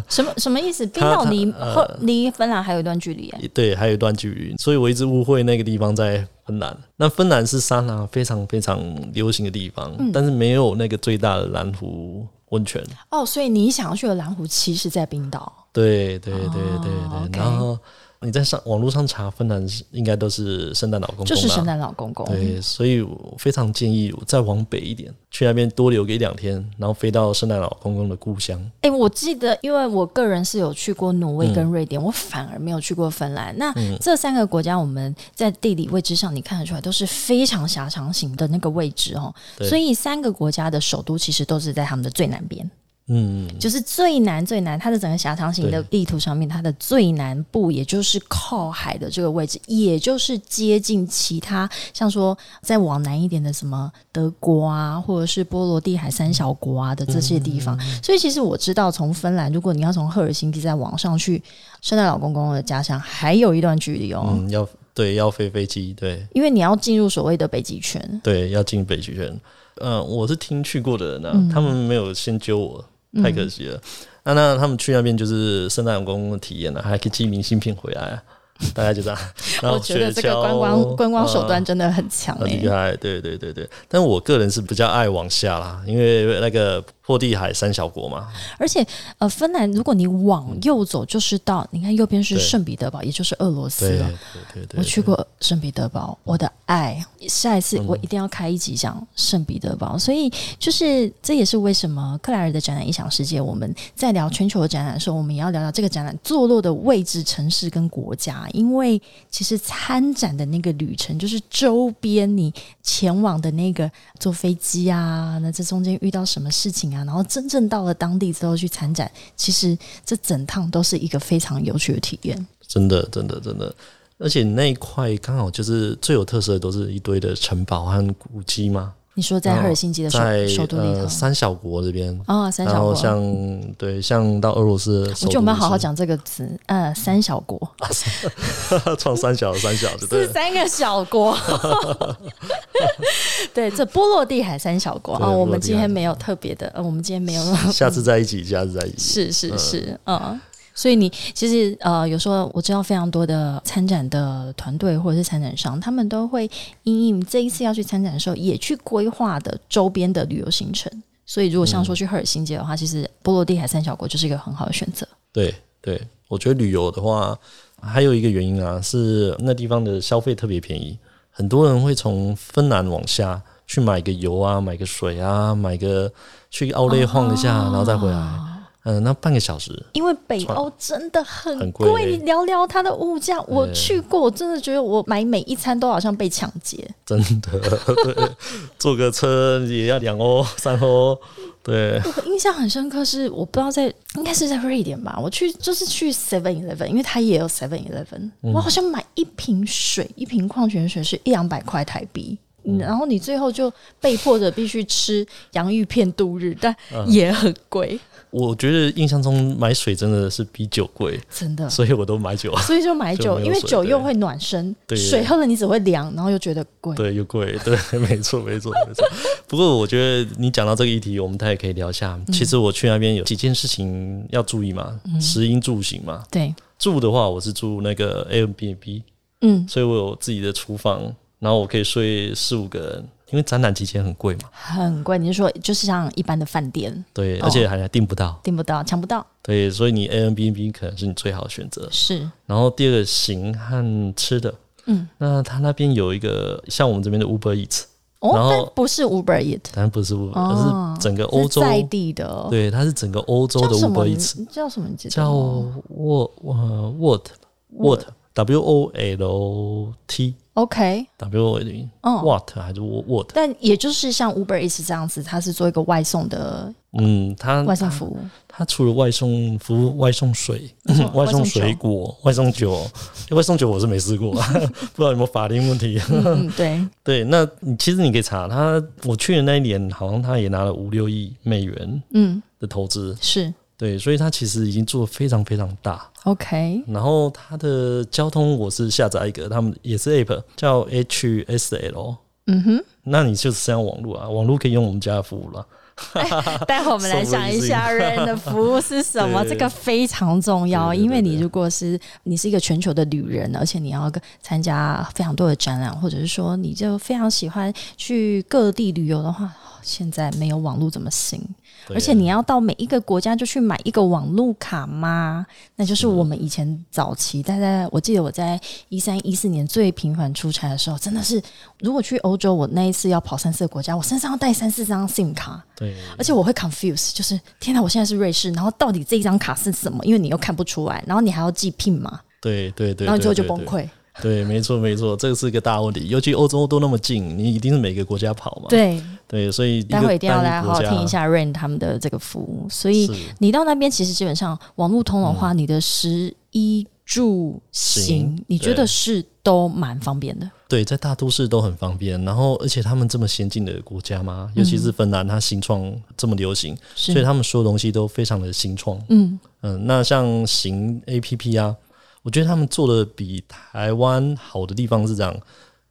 Speaker 1: 什么什么意思？冰
Speaker 2: 它
Speaker 1: 岛
Speaker 2: 嗯它
Speaker 1: 离
Speaker 2: 呃
Speaker 1: 后离芬兰还有一段距离耶、
Speaker 2: 对，还有一段距离，所以我一直误会那个地方在芬兰。那芬兰是沙拉非常非常流行的地方，
Speaker 1: 嗯
Speaker 2: 但是没有那个最大的蓝湖温泉。
Speaker 1: 哦，所以你想要去的蓝湖其实在冰岛。
Speaker 2: 对对对对
Speaker 1: 哦
Speaker 2: 对，
Speaker 1: OK
Speaker 2: 然后你在上网络上查芬兰是应该都是圣诞老公公、啊，
Speaker 1: 就是圣诞老公公。
Speaker 2: 对，所以我非常建议我再往北一点，去那边多留个一两天，然后飞到圣诞老公公的故乡。
Speaker 1: 哎、我记得，因为我个人是有去过挪威跟瑞典，我反而没有去过芬兰。那这三个国家，我们在地理位置上你看得出来都是非常狭长型的那个位置哦，
Speaker 2: 对
Speaker 1: 所以三个国家的首都其实都是在他们的最南边。
Speaker 2: 嗯，
Speaker 1: 就是最南最南，它的整个狭长型的地图上面，它的最南部，也就是靠海的这个位置，也就是接近其他像说再往南一点的什么德国啊，或者是波罗的海三小国啊的这些地
Speaker 2: 嗯
Speaker 1: 方。所以其实我知道，从芬兰，如果你要从赫尔辛基再往上去圣诞老公公的家乡，还有一段距离哦，
Speaker 2: 嗯，要对要飞飞机，对
Speaker 1: 因为你要进入所谓的北极圈。
Speaker 2: 对，要进北极圈。嗯、我是听去过的人啊，
Speaker 1: 嗯
Speaker 2: 他们没有先揪我，太可惜了。那、那他们去那边就是圣诞老公公的体验了、还可以寄明信片回来、啊，大概就这样。然
Speaker 1: [laughs]
Speaker 2: 后
Speaker 1: 我觉得这
Speaker 2: 雪
Speaker 1: 个
Speaker 2: 橇
Speaker 1: 观光观光手段
Speaker 2: 呃
Speaker 1: 真的很强欸
Speaker 2: 很
Speaker 1: 诶、
Speaker 2: 厉害，对对对对，但我个人是比较爱往下啦，因为那个破地海三小国嘛，
Speaker 1: 而且，呃，芬兰，如果你往右走，就是到你看右边是
Speaker 2: 嗯对
Speaker 1: 圣彼得堡，也就是俄罗斯
Speaker 2: 对
Speaker 1: 了。
Speaker 2: 对对对，
Speaker 1: 我去过圣彼得堡，我的爱，下一次我一定要开一集讲圣彼得堡。所以，就是这也是为什么克莱尔的展览《异想世界》，我们在聊全球的展览的时候，我们也要聊聊这个展览坐落的位置、城市跟国家，因为其实参展的那个旅程，就是周边你前往的那个坐飞机啊，那这中间遇到什么事情啊，然后真正到了当地之后去参展，其实这整趟都是一个非常有趣的体验。
Speaker 2: 真的，真的，真的。而且那一块刚好就是最有特色的，都是一堆的城堡和古迹嘛，
Speaker 1: 你说在
Speaker 2: 嗯
Speaker 1: 赫尔辛基的首、
Speaker 2: 在
Speaker 1: 首都里头
Speaker 2: 呃。三小国这边，
Speaker 1: 哦，三
Speaker 2: 然
Speaker 1: 小
Speaker 2: 后
Speaker 1: 国。
Speaker 2: 像对像到俄罗斯的
Speaker 1: 我
Speaker 2: 首都也是，
Speaker 1: 觉得我们要好好讲这个词，呃，三小国
Speaker 2: [laughs] 创三小三小，对不
Speaker 1: 是
Speaker 2: 对？
Speaker 1: [laughs] 三个小
Speaker 2: [laughs]
Speaker 1: 国，对，这波罗的海三小国
Speaker 2: 对
Speaker 1: 哦，我
Speaker 2: 波罗
Speaker 1: 们
Speaker 2: 的
Speaker 1: 今天
Speaker 2: 海
Speaker 1: 没有特别的，呃，我们今天没有，
Speaker 2: 下次在一起，下次在一起。
Speaker 1: 是是是，嗯。所以你其实呃，有时候我知道非常多的参展的团队或者是参展商，他们都会因应这一次要去参展的时候，也去规划的周边的旅游行程。所以如果像说去赫尔辛基的话，其实波罗的海三小国就是一个很好的选择。
Speaker 2: 对对，我觉得旅游的话，还有一个原因啊，是那地方的消费特别便宜，很多人会从芬兰往下去买个油啊，买个水啊，买个去奥莱晃一下，然后再回来。嗯、那半个小时，
Speaker 1: 因为北欧真的很
Speaker 2: 很
Speaker 1: 贵，
Speaker 2: 贵
Speaker 1: 你聊聊它的物价。我去过，我真的觉得我买每一餐都好像被抢劫。
Speaker 2: 真的，对，坐个车也要两欧三欧，对，
Speaker 1: 我印象很深刻是，我不知道在应该是在瑞典吧，我去就是去 Seven Eleven，因为它也有 Seven Eleven，、我
Speaker 2: 嗯
Speaker 1: 好像买一瓶水，一瓶矿泉水是一两百块台币。
Speaker 2: 嗯
Speaker 1: 然后你最后就被迫的必须吃洋芋片度日，但
Speaker 2: 嗯
Speaker 1: 也很贵，
Speaker 2: 我觉得印象中买水真的是比酒贵，
Speaker 1: 真的。
Speaker 2: 所以我都买酒，
Speaker 1: 所以就买
Speaker 2: 就
Speaker 1: 酒，
Speaker 2: 没有
Speaker 1: 因为
Speaker 2: 水
Speaker 1: 酒又
Speaker 2: 对
Speaker 1: 会暖身，
Speaker 2: 对
Speaker 1: 水喝了你只会凉，然后又觉得贵。
Speaker 2: 对，又贵， [laughs] 对，没错，没错，没错。不过我觉得你讲到这个议题，我们大家也可以聊一下。
Speaker 1: 嗯
Speaker 2: 其实我去那边有几件事情要注意嘛，食衣住行嘛。
Speaker 1: 对，
Speaker 2: 住的话，我是住那个 Airbnb，
Speaker 1: 嗯，
Speaker 2: 所以我有自己的厨房，然后我可以睡四五个人。因为展览期间很贵嘛，
Speaker 1: 很贵。你是说就是像一般的饭店
Speaker 2: 对，
Speaker 1: 哦
Speaker 2: 而且还订不到，
Speaker 1: 订不到、抢不到？
Speaker 2: 对，所以你 Airbnb 可能是你最好的选择。
Speaker 1: 是，
Speaker 2: 然后第二个行和吃的，
Speaker 1: 嗯，
Speaker 2: 那他那边有一个像我们这边的 Uber Eats，
Speaker 1: 哦，
Speaker 2: 然后
Speaker 1: 但不是 Uber Eat，
Speaker 2: 当然不是 Uber，、
Speaker 1: 哦
Speaker 2: 而是整个欧洲
Speaker 1: 是在地的哦，
Speaker 2: 对，它是整个欧洲
Speaker 1: 叫
Speaker 2: 的
Speaker 1: 什么
Speaker 2: Uber
Speaker 1: 名
Speaker 2: Eats，
Speaker 1: 叫什么？你记得
Speaker 2: 叫
Speaker 1: 吗
Speaker 2: What What What W O L T
Speaker 1: OK，
Speaker 2: W
Speaker 1: 嗯
Speaker 2: What 还是 What？
Speaker 1: 但也就是像 Uber Eats 这样子，它是做一个外送的
Speaker 2: 嗯，它
Speaker 1: 外送
Speaker 2: [laughs]
Speaker 1: 服务，
Speaker 2: 它除了外送服务、外送水、
Speaker 1: 外
Speaker 2: [laughs] 外
Speaker 1: 送
Speaker 2: 送
Speaker 1: 酒
Speaker 2: 水果、外送酒、诶外送酒我是没试过， [laughs] 不知道有没有法令问题。 [laughs]
Speaker 1: 嗯，嗯对，
Speaker 2: 对，那你其实你可以查他，我去的那一年好像他也拿了五六亿美元
Speaker 1: 嗯，
Speaker 2: 的投资，
Speaker 1: 是
Speaker 2: 对，所以他其实已经做的非常非常大。 [laughs]
Speaker 1: OK，
Speaker 2: 然后它的交通我是下载一个，他们也是 app 叫 HSL，
Speaker 1: 嗯哼。
Speaker 2: 那你就是这样网络啊，网络可以用我们家的服务了。
Speaker 1: 待会我们来想一下 Rain 的服务是什么，
Speaker 2: 对
Speaker 1: 这个非常重要，
Speaker 2: 对对对
Speaker 1: 因为你如果是你是一个全球的旅人，而且你要跟参加非常多的展览，或者是说你就非常喜欢去各地旅游的话，现在没有网络怎么行？
Speaker 2: 对啊
Speaker 1: 而且你要到每一个国家就去买一个网路卡吗？那就是我们以前早期，大概我记得我在一三一四年最频繁出差的时候，真的是如果去欧洲，我那一次要跑三四个国家，我身上要带三四张 SIM 卡，
Speaker 2: 对
Speaker 1: 而且我会 confuse，就是天哪，我现在是瑞士，然后到底这一张卡是什么？因为你又看不出来，然后你还要记 PIN 嘛，
Speaker 2: 对对对，
Speaker 1: 然后你最后就
Speaker 2: 对
Speaker 1: 崩。溃。
Speaker 2: 对对，没错没错，这个是一个大问题，尤其欧洲都那么近，你一定是每个国家跑嘛。
Speaker 1: 对，
Speaker 2: 对，所以
Speaker 1: 待会一定要来
Speaker 2: 来
Speaker 1: 好好听一。下 Rain 他们的这个服务。所以
Speaker 2: 是
Speaker 1: 你到那边，其实基本上网络通的话，你的食衣住行
Speaker 2: 嗯行，
Speaker 1: 你觉得
Speaker 2: 对
Speaker 1: 是都蛮方便的。
Speaker 2: 对，在大都市都很方便，然后而且他们这么先进的国家嘛，尤其是芬兰，它新创这么流行，
Speaker 1: 是
Speaker 2: 所以他们所有东西都非常的新创。
Speaker 1: 嗯，
Speaker 2: 嗯，那像行 A P P 啊，我觉得他们做的比台湾好的地方是这样：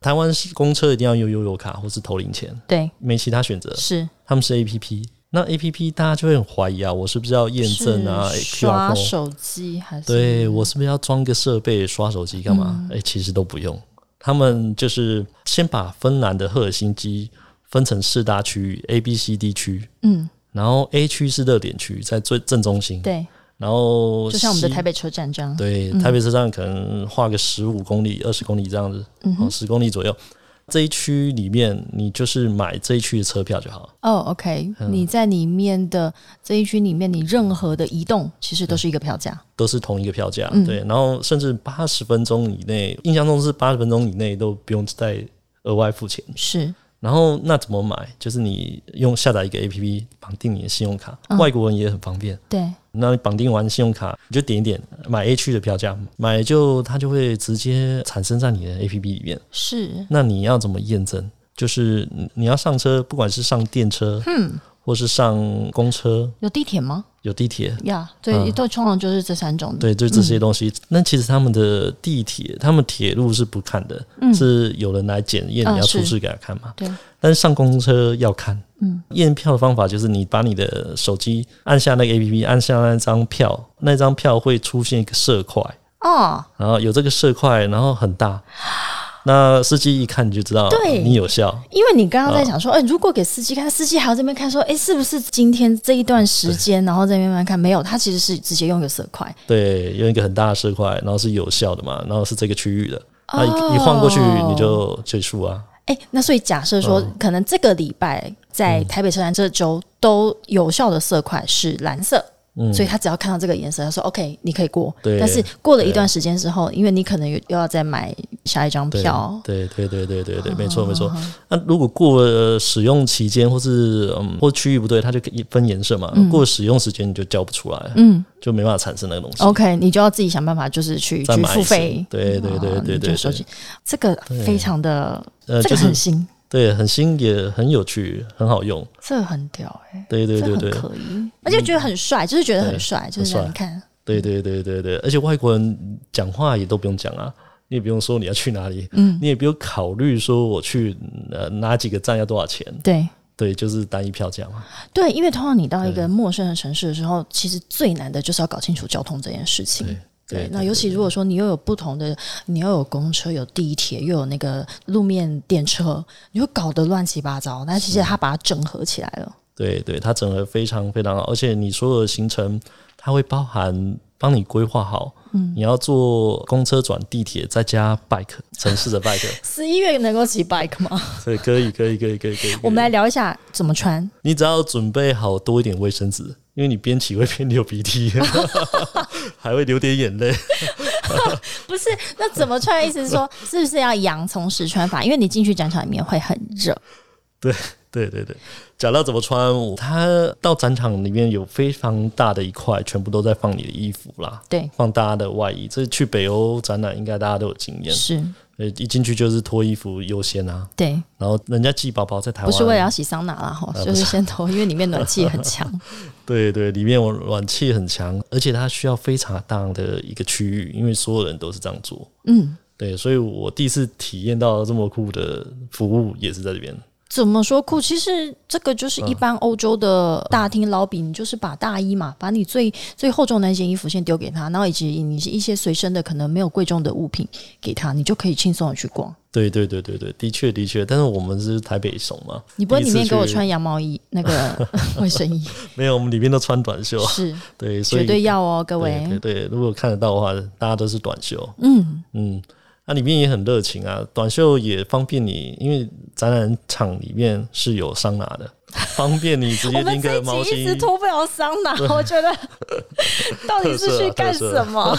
Speaker 2: 台湾是公车一定要用悠游卡或是投零钱，
Speaker 1: 对，
Speaker 2: 没其他选择。
Speaker 1: 是
Speaker 2: 他们是 A P P，那 A P P 大家就会很怀疑啊，我是不是要验证啊
Speaker 1: 是
Speaker 2: ？Q
Speaker 1: 刷
Speaker 2: R code？
Speaker 1: 手机还是
Speaker 2: 对我是不是要装个设备刷手机干嘛？
Speaker 1: 嗯
Speaker 2: 哎、其实都不用，他们就是先把芬兰的赫尔辛基分成四大区域 A、B、C、D 区，
Speaker 1: 嗯，
Speaker 2: 然后 A 区是热点区，在最正中心，
Speaker 1: 对，
Speaker 2: 然后
Speaker 1: 就像我们的
Speaker 2: C-
Speaker 1: 台北嗯车站这样。
Speaker 2: 对，台北车站可能画个十五公里、二十公里这样子，
Speaker 1: 嗯
Speaker 2: 哦，十公里左右。这一区里面，你就是买这一区的车票就好了。
Speaker 1: 哦，OK，你
Speaker 2: 嗯
Speaker 1: 在里面的这一区里面，你任何的移动其实都是一个票价。
Speaker 2: 都是同一个票价，
Speaker 1: 嗯
Speaker 2: 对，然后甚至八十分钟以内，印象中是八十分钟以内都不用再额外付钱。
Speaker 1: 是，
Speaker 2: 然后那怎么买？就是你用下载一个 APP 绑定你的信用卡，
Speaker 1: 嗯
Speaker 2: 外国人也很方便。
Speaker 1: 对，
Speaker 2: 那你绑定完信用卡，你就点一点买 A 区的票价，买就它就会直接产生在你的 APP 里面。
Speaker 1: 是，
Speaker 2: 那你要怎么验证？就是你你要上车，不管是上电车，
Speaker 1: 嗯，
Speaker 2: 或是上公车，
Speaker 1: 有地铁吗？
Speaker 2: 有地铁，
Speaker 1: 呀、对，
Speaker 2: 嗯
Speaker 1: 都通常就是这三种。，
Speaker 2: 对，就这些东西。那其实他们的地铁、他们铁路是不看的，
Speaker 1: 嗯
Speaker 2: 是有人来检验，
Speaker 1: 啊
Speaker 2: 你要
Speaker 1: 是
Speaker 2: 出示给他看嘛。
Speaker 1: 对，
Speaker 2: 但是上公车要看。
Speaker 1: 嗯，
Speaker 2: 验票的方法就是你把你的手机按下那个 APP，按下那张票，那张票会出现一个色块，
Speaker 1: 哦，
Speaker 2: 然后有这个色块，然后很大。那司机一看你就知道
Speaker 1: 对
Speaker 2: 你有效，
Speaker 1: 因为你刚刚在
Speaker 2: 啊
Speaker 1: 想说，哎、如果给司机看，司机还要这边看说，哎，是不是今天这一段时间，然后在那边慢慢看？没有，他其实是直接用一个色块。
Speaker 2: 对，用一个很大的色块，然后是有效的嘛，然后是这个区域的，那一、
Speaker 1: 哦
Speaker 2: 一晃过去你就嗯结束啊。
Speaker 1: 哎，那所以假设说，可能这个礼拜在台北车站这周都有效的色块是蓝色，嗯，所以他只要看到这个颜色，他说 OK，你可以过。
Speaker 2: 对
Speaker 1: 但是过了一段时间之后，因为你可能又又要再买下一张票，
Speaker 2: 对对对对对对，
Speaker 1: 哦
Speaker 2: 没错没错。那如果过了使用期间，或是嗯，或区域不对，它就分颜色嘛。
Speaker 1: 嗯
Speaker 2: 过了使用时间你就叫不出来，嗯，就没办法产生那个东西。
Speaker 1: OK，你就要自己想办法，就是去
Speaker 2: 再
Speaker 1: 去
Speaker 2: 买一
Speaker 1: 哦付
Speaker 2: 次
Speaker 1: 费，
Speaker 2: 对对对
Speaker 1: 啊
Speaker 2: 对
Speaker 1: 你
Speaker 2: 对
Speaker 1: 就收
Speaker 2: 对
Speaker 1: 集。这个非常的，
Speaker 2: 呃，
Speaker 1: 这
Speaker 2: 就
Speaker 1: 个
Speaker 2: 是
Speaker 1: 很新，
Speaker 2: 对，很新也很有趣，很好用。
Speaker 1: 这个很屌哎，
Speaker 2: 对对
Speaker 1: 这很
Speaker 2: 对对
Speaker 1: 可以，而且觉得很帅，就是觉得嗯很
Speaker 2: 对
Speaker 1: 帅，就是让
Speaker 2: 很帅
Speaker 1: 你看。
Speaker 2: 对对对对对，而且外国人讲话也都不用讲啊。你也不用说你要去哪里，嗯，你也不用考虑说我去呃哪几个站要多少钱，
Speaker 1: 对
Speaker 2: 对，就是单一票价嘛。
Speaker 1: 对，因为通常你到一个陌生的城市的时候，其实最难的就是要搞清楚交通这件事情。对，那尤其如果说你又有不同的，你又有公车、有地铁，又有那个路面电车，你就搞得乱七八糟。那其实它把它整合起来了，
Speaker 2: 对对，它整合非常非常好，而且你所有的行程，它会包含帮你规划好，嗯，你要坐公车转地铁，再加 bike 城市的 bike，
Speaker 1: 十一月能够骑 bike 吗？ [laughs]
Speaker 2: 所以可以可以可以可以可以。可以
Speaker 1: 我们来，聊一下怎么穿。
Speaker 2: 你只要准备好多一点卫生纸，因为你边骑会边流鼻涕， [laughs] 还会流点眼泪。
Speaker 1: 不是，那怎么穿？意思是 [laughs] 说，是不是要洋葱式穿法？因为你进去展场里面会很热。
Speaker 2: 对对对，讲到怎么穿，我它到展场里面有非常大的一块，全部都在放你的衣服啦，
Speaker 1: 对，
Speaker 2: 放大家的外衣。这去北欧展览，应该大家都有经验。
Speaker 1: 是，
Speaker 2: 呃，一进去就是脱衣服优先啊，
Speaker 1: 对，
Speaker 2: 然后人家寄包包在台湾，
Speaker 1: 不是为了要洗桑拿啦，哈，
Speaker 2: 呃
Speaker 1: 就是先头，因为里面暖气很强。
Speaker 2: [laughs] 对对，里面我暖气很强，而且它需要非常大的一个区域，因为所有人都是这样做，
Speaker 1: 嗯，
Speaker 2: 对，所以我第一次体验到这么酷的服务也是在这边，
Speaker 1: 怎么说酷？其实这个就是
Speaker 2: 嗯
Speaker 1: 一般欧洲的大厅老比，你就是把大衣嘛，把你最最厚重的那件衣服先丢给他，然后以及你一些随身的可能没有贵重的物品给他，你就可以轻松的去逛。
Speaker 2: 对对对对对，的确的确，但是我们是台北怂嘛，
Speaker 1: 你不会
Speaker 2: 第
Speaker 1: 里
Speaker 2: 一次
Speaker 1: 面给我
Speaker 2: 去
Speaker 1: 穿羊毛衣那个 [laughs] 卫生
Speaker 2: [laughs]
Speaker 1: 衣，
Speaker 2: 没有，我们里面都穿短袖，
Speaker 1: 是
Speaker 2: 对，所
Speaker 1: 绝
Speaker 2: 以
Speaker 1: 对要哦，各
Speaker 2: 对对
Speaker 1: 位。
Speaker 2: 对，如果看得到的话，大家都是短袖，
Speaker 1: 嗯，
Speaker 2: 嗯，那、里面也很热情啊，短袖也方便你，因为展览场里面是有桑拿
Speaker 1: [laughs]
Speaker 2: 的，方便你直接
Speaker 1: 我们
Speaker 2: 拎
Speaker 1: 这
Speaker 2: 个
Speaker 1: 一
Speaker 2: 毛
Speaker 1: 集一直
Speaker 2: 巾。
Speaker 1: 脱不了桑
Speaker 2: [laughs]
Speaker 1: 拿，我觉得到底是去干
Speaker 2: 啊
Speaker 1: 什么？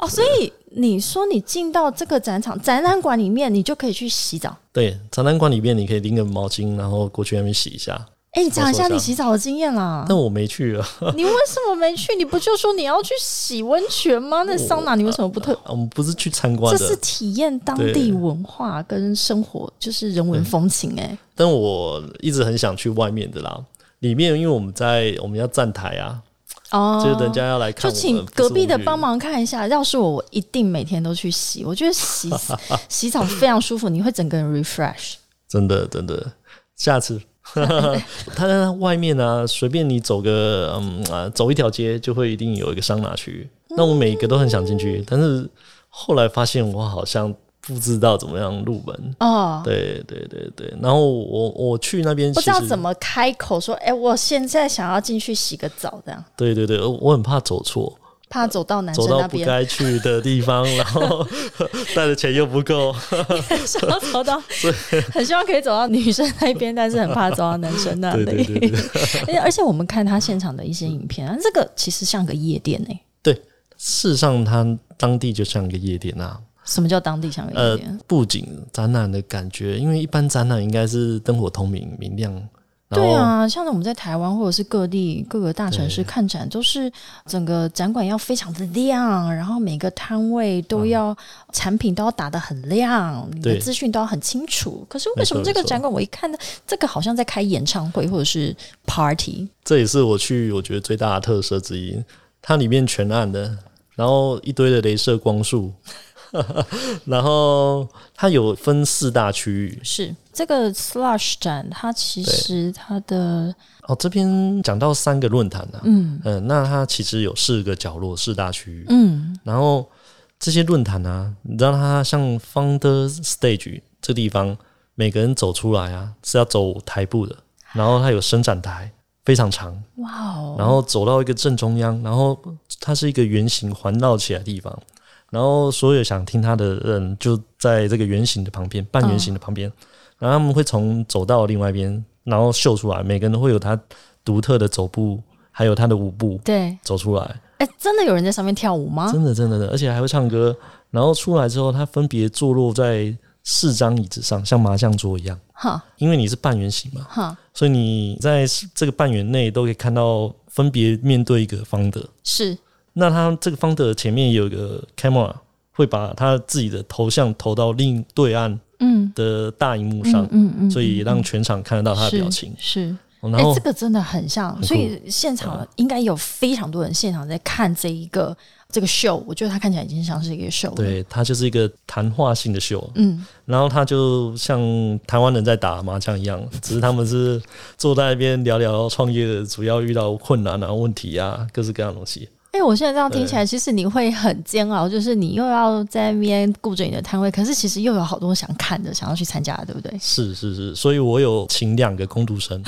Speaker 1: 哦，所以你说你进到这个展场展览馆里面，你就可以去洗澡。
Speaker 2: 对，展览馆里面你可以拎个毛巾，然后过去那边洗一下。
Speaker 1: 哎、你讲一下
Speaker 2: 我说一下
Speaker 1: 你洗澡的经验啦。
Speaker 2: 但我没去啊， [laughs]
Speaker 1: 你为什么没去？你不就说你要去洗温泉吗？那桑拿你为什么不特？
Speaker 2: 啊我们不是去参观
Speaker 1: 这是
Speaker 2: 的。
Speaker 1: 体验当地文化跟生活，就是人文风情、哎，
Speaker 2: 但我一直很想去外面的啦，里面因为我们在我们要站台啊，
Speaker 1: 哦
Speaker 2: 就是人家要来看
Speaker 1: 就
Speaker 2: 我们，
Speaker 1: 请
Speaker 2: 不是
Speaker 1: 隔壁的
Speaker 2: 我们去
Speaker 1: 帮。忙看一下。要是我，我一定每天都去洗。我觉得洗洗
Speaker 2: [laughs]
Speaker 1: 澡非常舒服，你会整个人 refresh。
Speaker 2: 真的真的，
Speaker 1: [laughs]
Speaker 2: 下次。他在外面啊，随便你走个嗯啊，走一条街就会一定有一个桑拿区。那我每个都很想进
Speaker 1: 嗯
Speaker 2: 去，但是后来发现我好像不知道怎么样入门。
Speaker 1: 哦，
Speaker 2: 对对对对，然后我我去那边
Speaker 1: 不
Speaker 2: 其
Speaker 1: 知道
Speaker 2: 实
Speaker 1: 怎么开口说，哎、我现在想要进去洗个澡，这样
Speaker 2: 对对对，呃我我很怕走错，
Speaker 1: 怕走到男生
Speaker 2: 走
Speaker 1: 那
Speaker 2: 到不
Speaker 1: 边。
Speaker 2: 该去的地方，
Speaker 1: [laughs]
Speaker 2: 然后带的钱又不够，
Speaker 1: 想要 [laughs] 走
Speaker 2: [laughs]
Speaker 1: 到， [laughs] 很希望可以走到女生那边，但是很怕走到男生那里。
Speaker 2: [laughs] 对对对
Speaker 1: 而且而且我们看他现场的一些影片啊，这个其实像个夜店哎呢、
Speaker 2: 对，事实上它当地就像一个夜店啊，
Speaker 1: 什么叫当地像个夜
Speaker 2: 呃
Speaker 1: 店？，
Speaker 2: 布景展览的感觉，因为一般展览应该是灯火通明、明亮，然
Speaker 1: 对
Speaker 2: 后、
Speaker 1: 啊，像我们在台湾或者是各地各个大城市看展，都是整个展馆要非常的亮，然后每个摊位都要、
Speaker 2: 嗯
Speaker 1: 产品都要打得很亮，你的
Speaker 2: 对
Speaker 1: 资讯都要很清楚。可是为什么
Speaker 2: 没
Speaker 1: 这
Speaker 2: 错
Speaker 1: 个
Speaker 2: 没错
Speaker 1: 展馆我一看呢，这个好像在开演唱会或者是 party？
Speaker 2: 这也是我去我觉得最大的特色之一。它里面全暗的，然后一堆的镭射光束， [laughs] 然后它有分四大区域。
Speaker 1: 是这个 Slush 展，它其
Speaker 2: 对
Speaker 1: 实它的
Speaker 2: 哦，这边讲到三个论坛啊，
Speaker 1: 嗯
Speaker 2: 嗯、那它其实有四个角落、四大区域，
Speaker 1: 嗯
Speaker 2: 然后这些论坛啊，你知道它像 Founder Stage 这个地方，每个人走出来啊是要走台步的，然后它有伸展台，非常长，
Speaker 1: 哇哦，
Speaker 2: 然后走到一个正中央，然后它是一个圆形环绕起来的地方，然后所有想听他的人就在这个圆形的旁边，半圆形的旁边，然后他们会从走到另外一边，然后秀出来，每个人都会有他独特的走步还有他的舞步
Speaker 1: 对，
Speaker 2: 走出来，
Speaker 1: 哎、真的有人在上面跳舞吗？
Speaker 2: 真的真的的，而且还会唱歌。然后出来之后，他分别坐落在四张椅子上，像麻将桌一样，
Speaker 1: 哈
Speaker 2: 因为你是半圆形嘛，
Speaker 1: 哈，
Speaker 2: 所以你在这个半圆内都可以看到分别面对一个方的。
Speaker 1: 是
Speaker 2: 那他这个方的前面有一个 camera，会把他自己的头像投到另对岸
Speaker 1: 嗯
Speaker 2: 的大荧幕上，
Speaker 1: 嗯嗯
Speaker 2: 所以让全场看得到他的
Speaker 1: 是
Speaker 2: 表情。
Speaker 1: 是。哎、
Speaker 2: 哦然后
Speaker 1: 这个真的很像，
Speaker 2: 酷
Speaker 1: 所以现场应该有非常多人现场在看这一个这个秀，我觉得它看起来已经像是一个秀了。，
Speaker 2: 对，它就是一个谈话性的秀，
Speaker 1: 嗯，
Speaker 2: 然后它就像台湾人在打麻将一样，只是他们是坐在那边聊聊创业的主要遇到困难啊、问题啊，各式各样的东西。
Speaker 1: 哎、我现在这样听起来，其实你会很煎熬，就是你又要在那边顾着你的摊位，可是其实又有好多想看的、想要去参加的，对不对？
Speaker 2: 是是是，所以我有请两个工
Speaker 1: [laughs]
Speaker 2: 读生，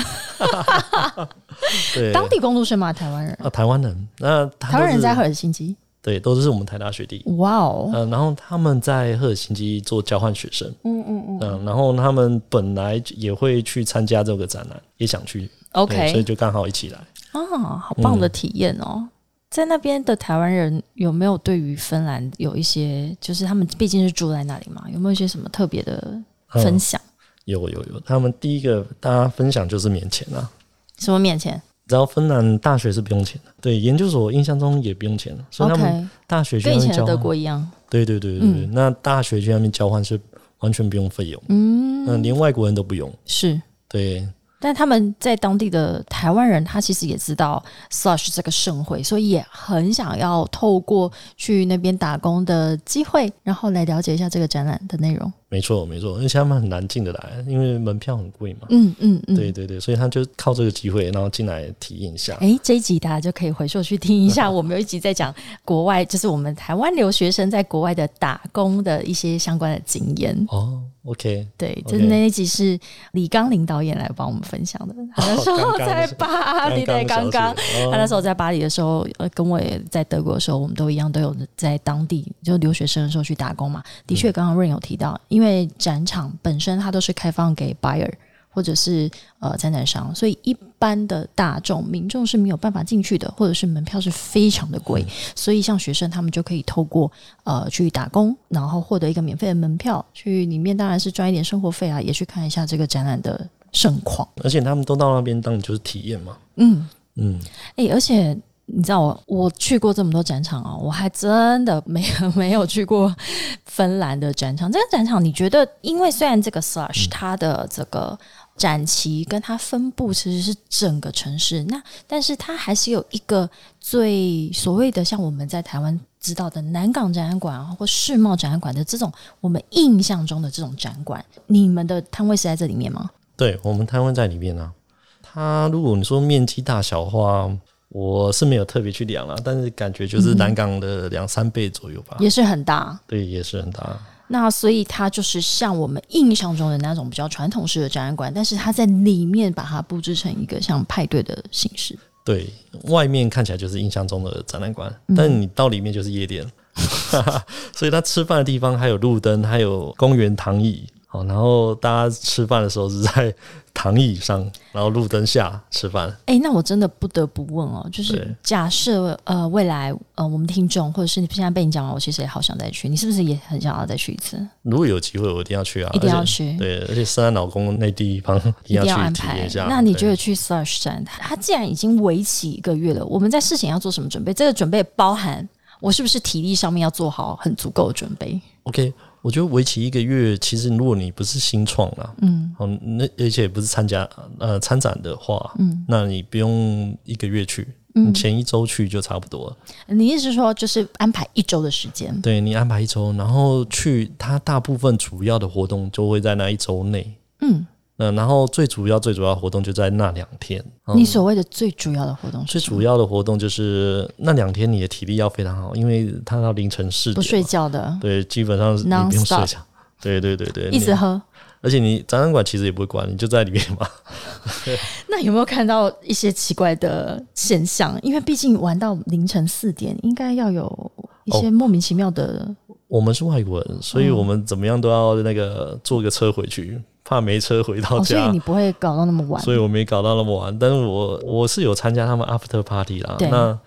Speaker 2: 对，
Speaker 1: 当地工读生嘛，台湾人，
Speaker 2: 啊台湾人，那他
Speaker 1: 台湾人
Speaker 2: 都是
Speaker 1: 在赫尔辛基，
Speaker 2: 对都是我们台大学弟，
Speaker 1: 哇哦，
Speaker 2: 嗯、然后他们在赫尔辛基做交换学生，
Speaker 1: 嗯嗯嗯
Speaker 2: 嗯、然后他们本来也会去参加这个展览，也想去呃对所以嗯
Speaker 1: ，OK，
Speaker 2: 就刚好一起来。
Speaker 1: 啊，好棒的体验哦。在那边的台湾人有没有对于芬兰有一些，就是他们毕竟是住在那里嘛，有没有一些什么特别的
Speaker 2: 嗯
Speaker 1: 分享？
Speaker 2: 有有有，他们第一个大家分享就是免钱啊。
Speaker 1: 什么面前
Speaker 2: 然后芬兰大学是不用钱的，对，研究所印象中也不用钱的，所以他们
Speaker 1: ？OK，
Speaker 2: 大学去
Speaker 1: 跟
Speaker 2: 那
Speaker 1: 以前
Speaker 2: 边
Speaker 1: 的
Speaker 2: 交
Speaker 1: 德
Speaker 2: 换，
Speaker 1: 国一样，
Speaker 2: 对对对对对，
Speaker 1: 嗯
Speaker 2: 那大学去那边交换是完全不用费用，
Speaker 1: 嗯，
Speaker 2: 嗯，连外国人都不用，
Speaker 1: 是。
Speaker 2: 对，
Speaker 1: 但他们在当地的台湾人，他其实也知道 Slush 这个盛会，所以也很想要透过去那边打工的机会，然后来了解一下这个展览的内容。
Speaker 2: 没错没错，而且他们很难进得来，因为门票很贵嘛，
Speaker 1: 嗯嗯嗯，
Speaker 2: 对。对对，所以他就靠这个机会，然后进来体验一下，
Speaker 1: 哎，这一集大家就可以回溯去听一 [laughs] 下，我们有一集在讲国外，就是我们台湾留学生在国外的打工的一些相关的经验。
Speaker 2: 哦，OK，
Speaker 1: 对，就
Speaker 2: OK
Speaker 1: 是那一集是李刚林导演来帮我们分哦享的。他那时候 [laughs]
Speaker 2: [laughs] 刚刚的
Speaker 1: 在
Speaker 2: 时候
Speaker 1: 巴黎，对，刚刚
Speaker 2: 的小姐
Speaker 1: 他那
Speaker 2: 哦
Speaker 1: 时候在巴黎的时候，呃，跟我也在德国的时候，我们都一样，都有在当地就留学生的时候去打工嘛。的确，刚刚 Rain 有提到，因为展场本身它都是开放给 buyer 或者是呃参展商，所以一般的大众民众是没有办法进去的，或者是门票是非常的贵。所以像学生他们就可以透过呃去打工，然后获得一个免费的门票，去里面当然是赚一点生活费啊，也去看一下这个展览的盛况。
Speaker 2: 而且他们都到那边，当然就是体验嘛，
Speaker 1: 嗯，
Speaker 2: 嗯，
Speaker 1: 哎、而且你知道我我去过这么多展场哦，我还真的没有 [laughs] 没有去过芬兰的展场。这个展场，你觉得，因为虽然这个 Slush 它的这个展期跟它分布其实是整个城市，那但是它还是有一个最所谓的像我们在台湾。知道的南港展览馆啊，或世贸展览馆的这种我们印象中的这种展馆，你们的摊位是在这里面吗？
Speaker 2: 对我们摊位在里面啊。它如果你说面积大小的话，我是没有特别去量啦，但是感觉就是南港的两三倍左右吧。
Speaker 1: 也是很大，
Speaker 2: 对，也是很大。
Speaker 1: 那所以它就是像我们印象中的那种比较传统式的展览馆，但是它在里面把它布置成一个像派对的形式。
Speaker 2: 对外面看起来就是印象中的展览馆，
Speaker 1: 嗯
Speaker 2: 但你到里面就是夜店， [laughs] 所以它吃饭的地方还有路灯，还有公园躺椅。好，然后大家吃饭的时候是在躺椅上，然后路灯下吃饭。
Speaker 1: 诶，哎那我真的不得不问哦，就是
Speaker 2: 对
Speaker 1: 假设呃未来呃我们听众或者是你现在被你讲完，我其实也好想再去，你是不是也很想要再去一次？
Speaker 2: 如果有机会，我一定要去啊！
Speaker 1: 一定要
Speaker 2: 而且
Speaker 1: 去
Speaker 2: 啊对，而且圣诞老公那地方一
Speaker 1: 一
Speaker 2: 定
Speaker 1: 定要
Speaker 2: 要
Speaker 1: 安
Speaker 2: 去体验
Speaker 1: 排
Speaker 2: 一下。。
Speaker 1: 那你
Speaker 2: 对
Speaker 1: 觉得去 Slush 展，它既然已经为期一个月了，我们在事前要做什么准备？这个准备包含我是不是体力上面要做好很足够的准备？
Speaker 2: OK，我觉得为期一个月，其实如果你不是新创啦，
Speaker 1: 嗯，
Speaker 2: 好，那而且不是参加呃参展的话，嗯，那你不用一个月去，
Speaker 1: 嗯
Speaker 2: 你前一周去就差不多了。
Speaker 1: 你意思是说就是安排一周的时间？
Speaker 2: 对你安排一周，然后去它大部分主要的活动就会在那一周内，
Speaker 1: 嗯，
Speaker 2: 那然后最主要最主要的活动就在那两天。嗯
Speaker 1: 你所谓的最主要的活动是
Speaker 2: 最
Speaker 1: 什么
Speaker 2: 主要的活动就是那两天你的体力要非常好，因为它到凌晨四点
Speaker 1: 不睡
Speaker 2: 嘛，
Speaker 1: 觉的，
Speaker 2: 对，基本上是你不用睡
Speaker 1: Non-stop
Speaker 2: 觉。对对对对，
Speaker 1: 一直
Speaker 2: 你
Speaker 1: 喝。
Speaker 2: 而且你展览馆其实也不会关，你就在里面嘛。 [laughs]
Speaker 1: 那有没有看到一些奇怪的现象？因为毕竟玩到凌晨四点，应该要有一
Speaker 2: 哦
Speaker 1: 些莫名其妙的。
Speaker 2: 我们是外国人，所以我们怎么样都要那个坐个车回去，怕没车回到
Speaker 1: 哦所
Speaker 2: 家，
Speaker 1: 以你不会搞到那么晚。
Speaker 2: 啊 [laughs] 所以我没搞到那么晚，但是我我是有参加他们 after party 啦
Speaker 1: 对。
Speaker 2: 那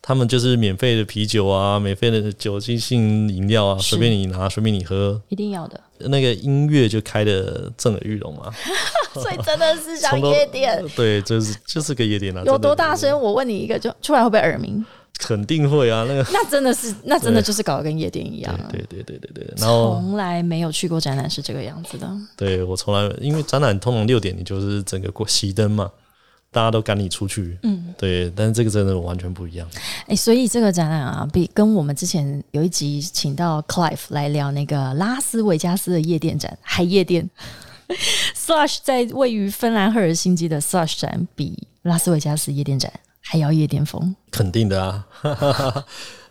Speaker 2: 他们就是免费的啤酒啊，免费的酒精性饮料啊，
Speaker 1: 是
Speaker 2: 随便你拿，随便你喝。
Speaker 1: 一定要
Speaker 2: [laughs]
Speaker 1: 的，
Speaker 2: 那个音乐就开的震耳欲
Speaker 1: [laughs]
Speaker 2: 聋啊，
Speaker 1: 所以真的是
Speaker 2: 从
Speaker 1: 像
Speaker 2: 头
Speaker 1: 夜店，
Speaker 2: 对，就是就是个夜店啊，
Speaker 1: 有
Speaker 2: 真的
Speaker 1: 多大？声？我问你一个，就出来会不会耳鸣？
Speaker 2: 肯定会啊，
Speaker 1: [laughs]
Speaker 2: 那个。
Speaker 1: 那真的是，那真的
Speaker 2: 对
Speaker 1: 就是搞得跟夜店一样啊。
Speaker 2: 对对对对对对，然后
Speaker 1: 从来没有去过展览是这个样子的，
Speaker 2: 对我从来因为展览通常六点你就是整个过熄灯嘛，大家都赶你出去，嗯，对，但是这个真的完全不一样，
Speaker 1: 哎、所以这个展览啊，比跟我们之前有一集请到 Clive 来聊那个拉斯维加斯的夜店展，还夜店 [laughs] Slush 在位于芬兰赫尔辛基的 Slush 展，比拉斯维加斯夜店展还要夜店风。
Speaker 2: 肯定的啊。 [laughs]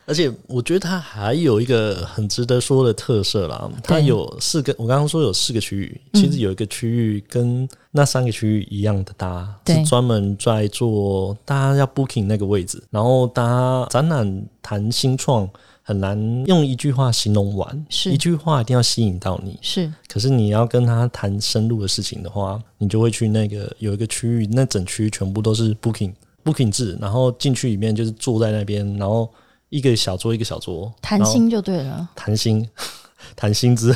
Speaker 2: 而且我觉得它还有一个很值得说的特色啦，它
Speaker 1: 对嗯
Speaker 2: 有四个，我刚刚说有四个区域，其实有一个区域跟那三个区域一样的搭，
Speaker 1: 对
Speaker 2: 是专门在做大家要 booking 那个位置，然后大家展览谈新创很难用一句话形容完，
Speaker 1: 是
Speaker 2: 一句话一定要吸引到你，
Speaker 1: 是
Speaker 2: 可是你要跟他谈深入的事情的话，你就会去那个有一个区域，那整区全部都是 booking booking 制，然后进去里面就是坐在那边，然后一个小桌一个小桌
Speaker 1: 谈
Speaker 2: 然后
Speaker 1: 心就对了，
Speaker 2: 谈心 [laughs] 谈薪资。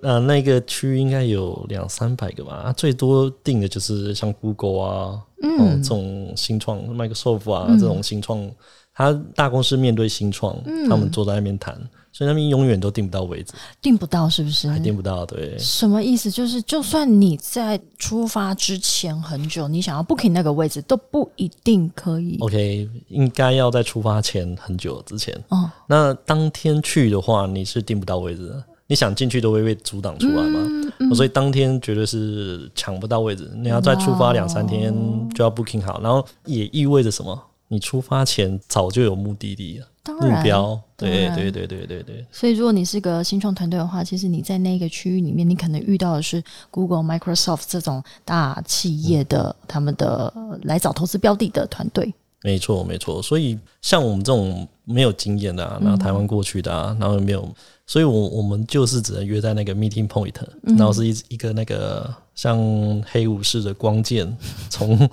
Speaker 2: 那那个区域应该有两三百个吧，啊最多定的就是像 Google 啊，嗯，这种新创 Microsoft 啊、这种新创，他大公司面对新创，他们坐在那边谈，所以他们永远都定不到位置，
Speaker 1: 订不到是不是？
Speaker 2: 还定不到，对。
Speaker 1: 什么意思？就是就算你在出发之前很久，你想要 booking 那个位置都不一定可以。
Speaker 2: OK，应该要在出发前很久之前。
Speaker 1: 哦，
Speaker 2: 那当天去的话，你是订不到位置的，你想进去都会被阻挡出来嘛、
Speaker 1: 嗯
Speaker 2: 所以当天绝对是抢不到位置。你要再出发两三天就要 booking 好，然后也意味着什么？你出发前早就有目的地了，
Speaker 1: 当然
Speaker 2: 目标。
Speaker 1: 当
Speaker 2: 对
Speaker 1: 然
Speaker 2: 对对对对对，
Speaker 1: 所以，如果你是个新创团队的话，其实你在那个区域里面，你可能遇到的是 Google、Microsoft 这种大企业的、他们的呃来找投资标的的团队。
Speaker 2: 没错没错。所以像我们这种没有经验的、啊，
Speaker 1: 嗯
Speaker 2: 然后台湾过去的、啊，然后也没有，所以我我们就是只能约在那个 meeting point，、然后
Speaker 1: 嗯
Speaker 2: 是一一个那个像黑武士的光剑
Speaker 1: [laughs]
Speaker 2: 从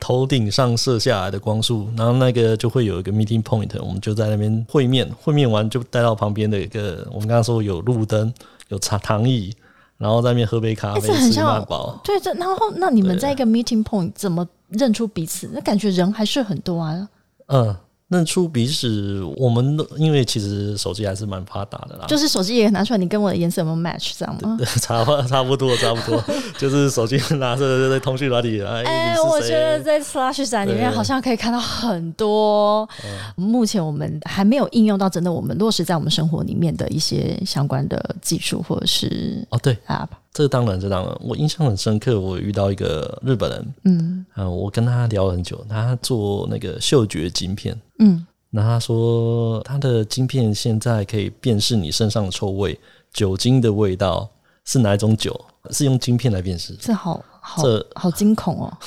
Speaker 2: 头顶上射下来的光束，然后那个就会有一个 meeting point，我们就在那边会面，会面完就带到旁边的一个，我们刚刚说有路灯，有茶躺椅。然后在那边喝杯咖
Speaker 1: 哎
Speaker 2: 啡，
Speaker 1: 这很
Speaker 2: 吃
Speaker 1: 像
Speaker 2: 汉堡，
Speaker 1: 对，这然后那你们在一个 meeting point 怎么认出彼此？那感觉人还是很多啊，
Speaker 2: 嗯，认出彼此，我们都因为其实手机还是蛮发达的啦，
Speaker 1: 就是手机也拿出来，你跟我的颜色有没有 match 这样吗？
Speaker 2: [laughs] 差不差不多
Speaker 1: [laughs]
Speaker 2: 差不多，就是手机拿着在通讯软体，哎，
Speaker 1: 哎、
Speaker 2: 你是
Speaker 1: 我觉得在
Speaker 2: 谁
Speaker 1: Slash 展里面
Speaker 2: 对嗯
Speaker 1: 好像可以看到很多，目前我们还没有应用到真的我们落实在我们生活里面的一些相关的技术或者是
Speaker 2: 哦，对，
Speaker 1: App。
Speaker 2: 这当然这当然，我印象很深刻，我遇到一个日本人，
Speaker 1: 嗯
Speaker 2: 嗯、我跟他聊了很久，他做那个嗅觉晶片，
Speaker 1: 嗯，
Speaker 2: 那他说他的晶片现在可以辨识你身上的臭味、酒精的味道是哪一种酒，是用晶片来辨识。
Speaker 1: 这好好
Speaker 2: 这
Speaker 1: 好惊恐哦！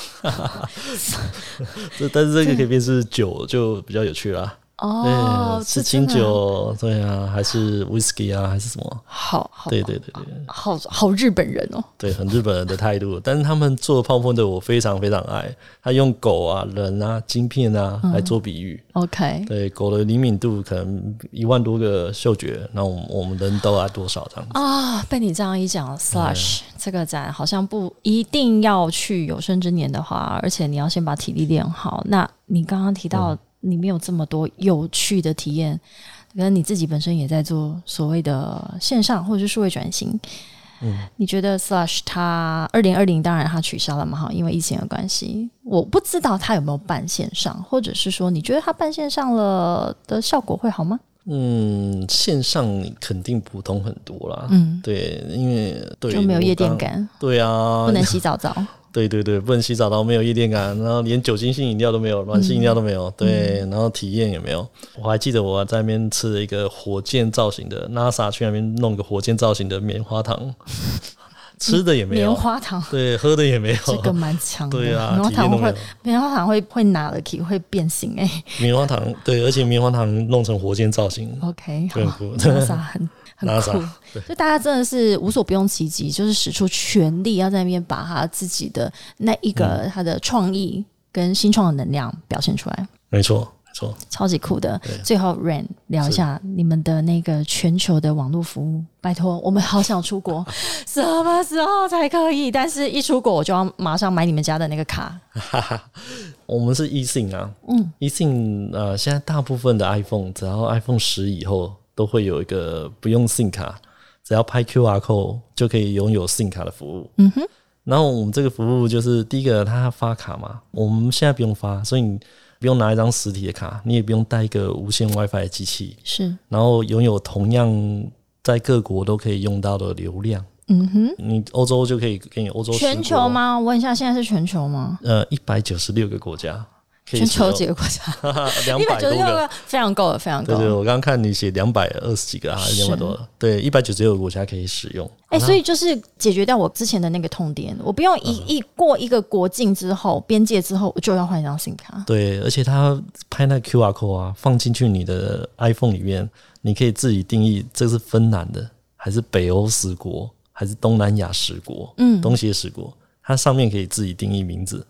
Speaker 2: 这但是这个可以辨识酒，就比较有趣啦。
Speaker 1: 哦，
Speaker 2: [laughs] 对，是
Speaker 1: 这
Speaker 2: 清
Speaker 1: 真的
Speaker 2: 酒，对啊，还是 whisky 啊，还是什么？
Speaker 1: 好好
Speaker 2: 对对对对
Speaker 1: 好好日本人哦，
Speaker 2: 对，很日本人的态度。 [laughs] 但是他们做泡沫的我非常非常爱，他用狗啊、人啊、晶片啊
Speaker 1: 嗯
Speaker 2: 来做比喻。
Speaker 1: OK，
Speaker 2: 对，狗的灵敏度可能一万多个嗅觉，那我们我们人都爱多少这样子？
Speaker 1: 啊、被你这样一讲，Slash
Speaker 2: 哎
Speaker 1: 这个展好像不一定要去有生之年的话，而且你要先把体力练好。那你刚刚提
Speaker 2: 嗯
Speaker 1: 到里面有这么多有趣的体验，可能你自己本身也在做所谓的线上或者是数位转型。
Speaker 2: 嗯
Speaker 1: 你觉得 Slash 它二零二零当然它取消了嘛？哈，因为疫情的关系，我不知道它有没有办线上，或者是说你觉得它办线上了的效果会好吗？
Speaker 2: 嗯，线上肯定普通很多啦。
Speaker 1: 嗯，
Speaker 2: 对，因为对
Speaker 1: 就没有夜店。
Speaker 2: 我刚
Speaker 1: 感，
Speaker 2: 对啊，
Speaker 1: 不能洗澡澡。
Speaker 2: 对对对，不能洗澡，然后没有夜店感，然后连酒精性饮料都没有，软性饮料都没
Speaker 1: 嗯
Speaker 2: 有，对，然后体验也没有。我还记得我在那边吃了一个火箭造型的 NASA 去那边弄个火箭造型的棉花糖， [laughs] 吃的也没
Speaker 1: 棉
Speaker 2: 有，
Speaker 1: 花
Speaker 2: [laughs]
Speaker 1: 糖
Speaker 2: 对，喝的也没有，
Speaker 1: 这个蛮强的，
Speaker 2: [laughs] 对啊
Speaker 1: 棉花，
Speaker 2: 体验
Speaker 1: 糖
Speaker 2: 都没有
Speaker 1: 会。棉花糖会会拿了起会变形哎、
Speaker 2: 棉花糖对，而且棉花糖弄成火箭造型，
Speaker 1: [laughs] OK，
Speaker 2: 对
Speaker 1: 好，莎莎很很
Speaker 2: [laughs] 拉
Speaker 1: 酷
Speaker 2: 萨。
Speaker 1: 就大家真的是无所不用其极，就是使出全力要在那边把他自己的那一
Speaker 2: 嗯
Speaker 1: 个他的创意跟新创的能量表现出来，
Speaker 2: 没错，没错。
Speaker 1: 超级酷的
Speaker 2: 对。
Speaker 1: 最后，Rain 聊一下你们的那个全球的网络服务，拜托，我们好想出
Speaker 2: [laughs]
Speaker 1: 国，什么时候才可以？但是一出国我就要马上买你们家的那个卡。
Speaker 2: 我们是 e 信啊，嗯，e 信呃，现在大部分的 iPhone，只要 iPhone 十以后，都会有一个不用 SIM 卡，只要拍 QR code 就可以拥有 SIM 卡的服务。嗯哼。然后我们这个服务就是第一个，它发卡嘛，我们现在不用发，所以你不用拿一张实体的卡，你也不用带一个无线 WiFi 的机器，
Speaker 1: 是，
Speaker 2: 然后拥有同样在各国都可以用到的流量。
Speaker 1: 嗯哼，
Speaker 2: 你欧洲就可以给你欧洲十
Speaker 1: 全球
Speaker 2: 国？
Speaker 1: 吗？我问一下，现在是全球吗？
Speaker 2: 呃，一百九十六个国家。可以
Speaker 1: 全球
Speaker 2: 使用
Speaker 1: 几个国家？
Speaker 2: [laughs] 两
Speaker 1: 一百
Speaker 2: 百
Speaker 1: 九
Speaker 2: 多
Speaker 1: 十六
Speaker 2: 个。
Speaker 1: 个，非常够了，非常够
Speaker 2: 对对，
Speaker 1: 了。
Speaker 2: 我刚刚看你写两百二十几个啊，还是两百多了？对，一百九十六个国家可以使用。
Speaker 1: 哎、所以就是解决掉我之前的那个痛点，我不用一
Speaker 2: 嗯
Speaker 1: 一过一个国境之后，边界之后，我就要换一张 SIM 卡。
Speaker 2: 对，而且它拍那个 QR code 啊，放进去你的 iPhone 里面，你可以自己定义这是芬兰的，还是北欧十国，还是东南亚十国，嗯，东协十国，它上面可以自己定义名字，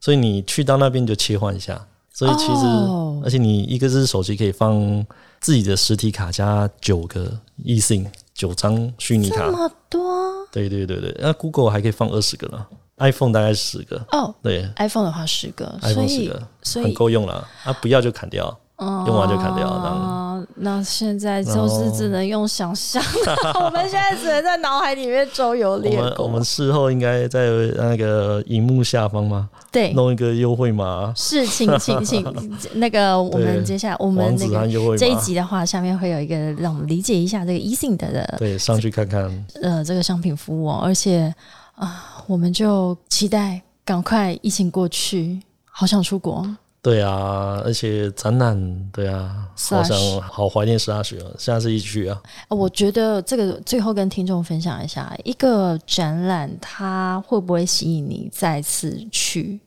Speaker 2: 所以你去到那边就切换一下。所以其实，
Speaker 1: 哦
Speaker 2: 而且你一个是手机可以放自己的实体卡加九个 eSIM，九张虚拟卡
Speaker 1: 这，么多
Speaker 2: 对对对对，那 Google 还可以放二十个呢，iPhone 大概十个，
Speaker 1: 哦
Speaker 2: 对
Speaker 1: ，iPhone 的话十个，所
Speaker 2: ，iPhone 十
Speaker 1: 以
Speaker 2: 个，
Speaker 1: 所
Speaker 2: 很
Speaker 1: 以
Speaker 2: 够用了。啊，不要就砍掉，用完就砍掉，这样。
Speaker 1: 啊，那现在
Speaker 2: 然
Speaker 1: 就是
Speaker 2: 后
Speaker 1: 只能用想象， [laughs] 我们现在只能在脑海里面周游
Speaker 2: [laughs] 我
Speaker 1: 列
Speaker 2: 们我
Speaker 1: 国
Speaker 2: 们。事后应该在那个荧幕下方吗？
Speaker 1: 对，
Speaker 2: 弄一个优惠码，
Speaker 1: 是，请请请，那个我们
Speaker 2: 对
Speaker 1: 接下来我们
Speaker 2: 王
Speaker 1: 那
Speaker 2: 子
Speaker 1: 个
Speaker 2: 涵优惠码。
Speaker 1: 这一集的话，下面会有一个让我们理解一下这个 eSIM 的的
Speaker 2: 对，上去看看。
Speaker 1: 呃这个商品服务、哦，而且啊、我们就期待赶快疫情过去，好想出国。
Speaker 2: 对啊，而且展览，对啊，好
Speaker 1: Slash
Speaker 2: 想好怀念十二学，下次一起去啊。
Speaker 1: 呃我觉得这个最后跟听众分享一下，一个展览它会不会吸引你再次去，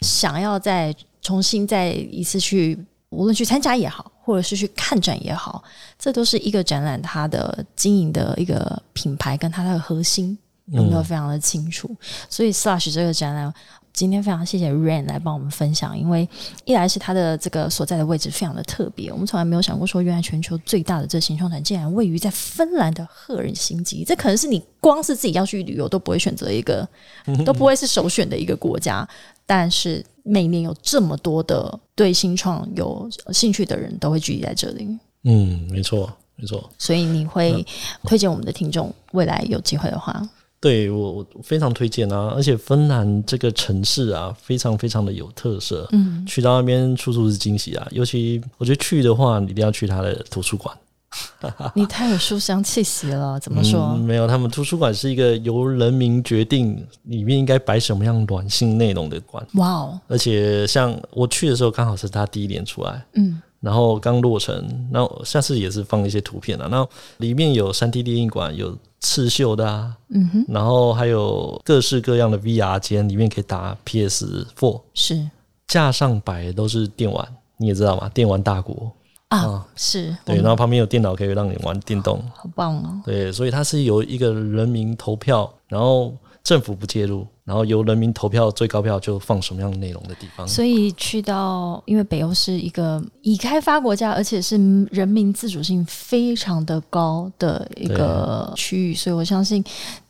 Speaker 1: 想要再重新再一次去，无论去参加也好，或者是去看展也好，这都是一个展览它的经营的一个品牌跟它的核心有没有非常的清楚。所以 Slash 这个展览。今天非常谢谢 Rain 来帮我们分享，因为一来是它的这个所在的位置非常的特别，我们从来没有想过说，原来全球最大的这新创团竟然位于在芬兰的赫尔辛基，这可能是你光是自己要去旅游都不会选择一个，都不会是首选的一个国家。但是每年有这么多的对新创有兴趣的人都会聚集在这里，
Speaker 2: 嗯，没错，没错。
Speaker 1: 所以你会推荐我们的听众，未来有机会的
Speaker 2: [laughs]
Speaker 1: 话，
Speaker 2: 对我我非常推荐啊！而且芬兰这个城市啊，非常非常的有特色。嗯，去到那边处处是惊喜啊！尤其我觉得去的话，你一定要去它的图书馆。
Speaker 1: 你太有书香气息了，怎么说？
Speaker 2: 嗯没有，他们图书馆是一个由人民决定里面应该摆什么样软性内容的馆。
Speaker 1: 哇哦，
Speaker 2: 而且像我去的时候，刚好是他第一年出来，
Speaker 1: 嗯，
Speaker 2: 然后刚落成，那我下次也是放一些图片啊。那里面有三 D 电影馆，有刺绣的啊，嗯哼，然后还有各式各样的 VR 间，里面可以打 PS Four，
Speaker 1: 是
Speaker 2: 架上摆的都是电玩，你也知道嘛，电玩大国，
Speaker 1: 啊，是，
Speaker 2: 嗯对，
Speaker 1: 我
Speaker 2: 然
Speaker 1: 们
Speaker 2: 后旁边有电脑可以让你玩电动，
Speaker 1: 好棒哦。
Speaker 2: 对，所以它是由一个人民投票，然后政府不介入，然后由人民投票最高票就放什么样的内容的地方。
Speaker 1: 所以去到，因为北欧是一个已开发国家，而且是人民自主性非常的高的一个区域，所以我相信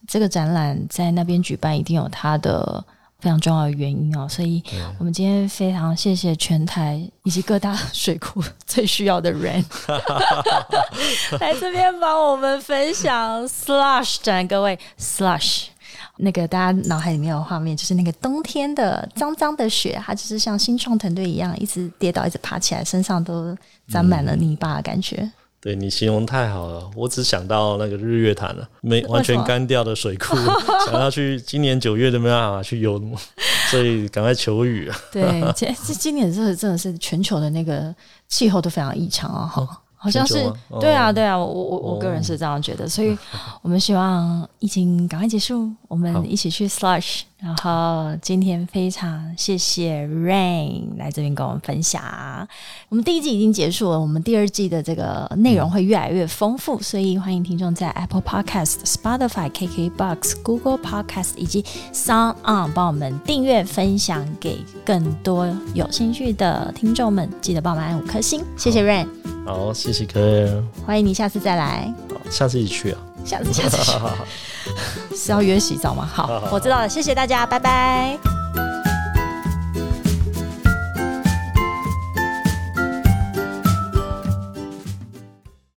Speaker 1: 这个展览在那边举办一定有它的。非常重要的原因哦，所以我们今天非常谢谢全台以及各大水库最需要的人 [laughs] 来这边帮我们分享 Slush 展，各位 Slush。那个大家脑海里面有画面，就是那个冬天的脏脏的雪，它就是像新创团队一样，一直跌倒，一直爬起来，身上都沾满了泥巴的感觉。
Speaker 2: 对你形容太好了，我只想到那个日月潭了，没完全干掉的水库， [laughs] 想要去今年九月都没办法去游，所以赶快求雨啊！
Speaker 1: 对，今这今年真的真的是全球的那个气候都非常异常啊！哈、好像是
Speaker 2: 全球吗哦
Speaker 1: 对啊，对啊，我我我
Speaker 2: 哦
Speaker 1: 个人是这样觉得，所
Speaker 2: [laughs]
Speaker 1: 以我们希望疫情赶快结束，我
Speaker 2: 好
Speaker 1: 们一起去 slush。然后今天非常谢谢 Rain 来这边跟我们分享。我们第一季已经结束了，我们第二季的这个内
Speaker 2: 嗯
Speaker 1: 容会越来越丰富，所以欢迎听众在 Apple Podcast、Spotify、KKBox、Google Podcast 以及 Sound On 帮我们订阅、分享给更多有兴趣的听众们。记得帮我们按五颗星，谢谢 Rain，
Speaker 2: 好，谢谢科恩，
Speaker 1: 欢迎你下次再来，
Speaker 2: 好下次一起去啊。
Speaker 1: 下次下次是要约洗澡吗？好，我知道了，谢谢大家，拜拜。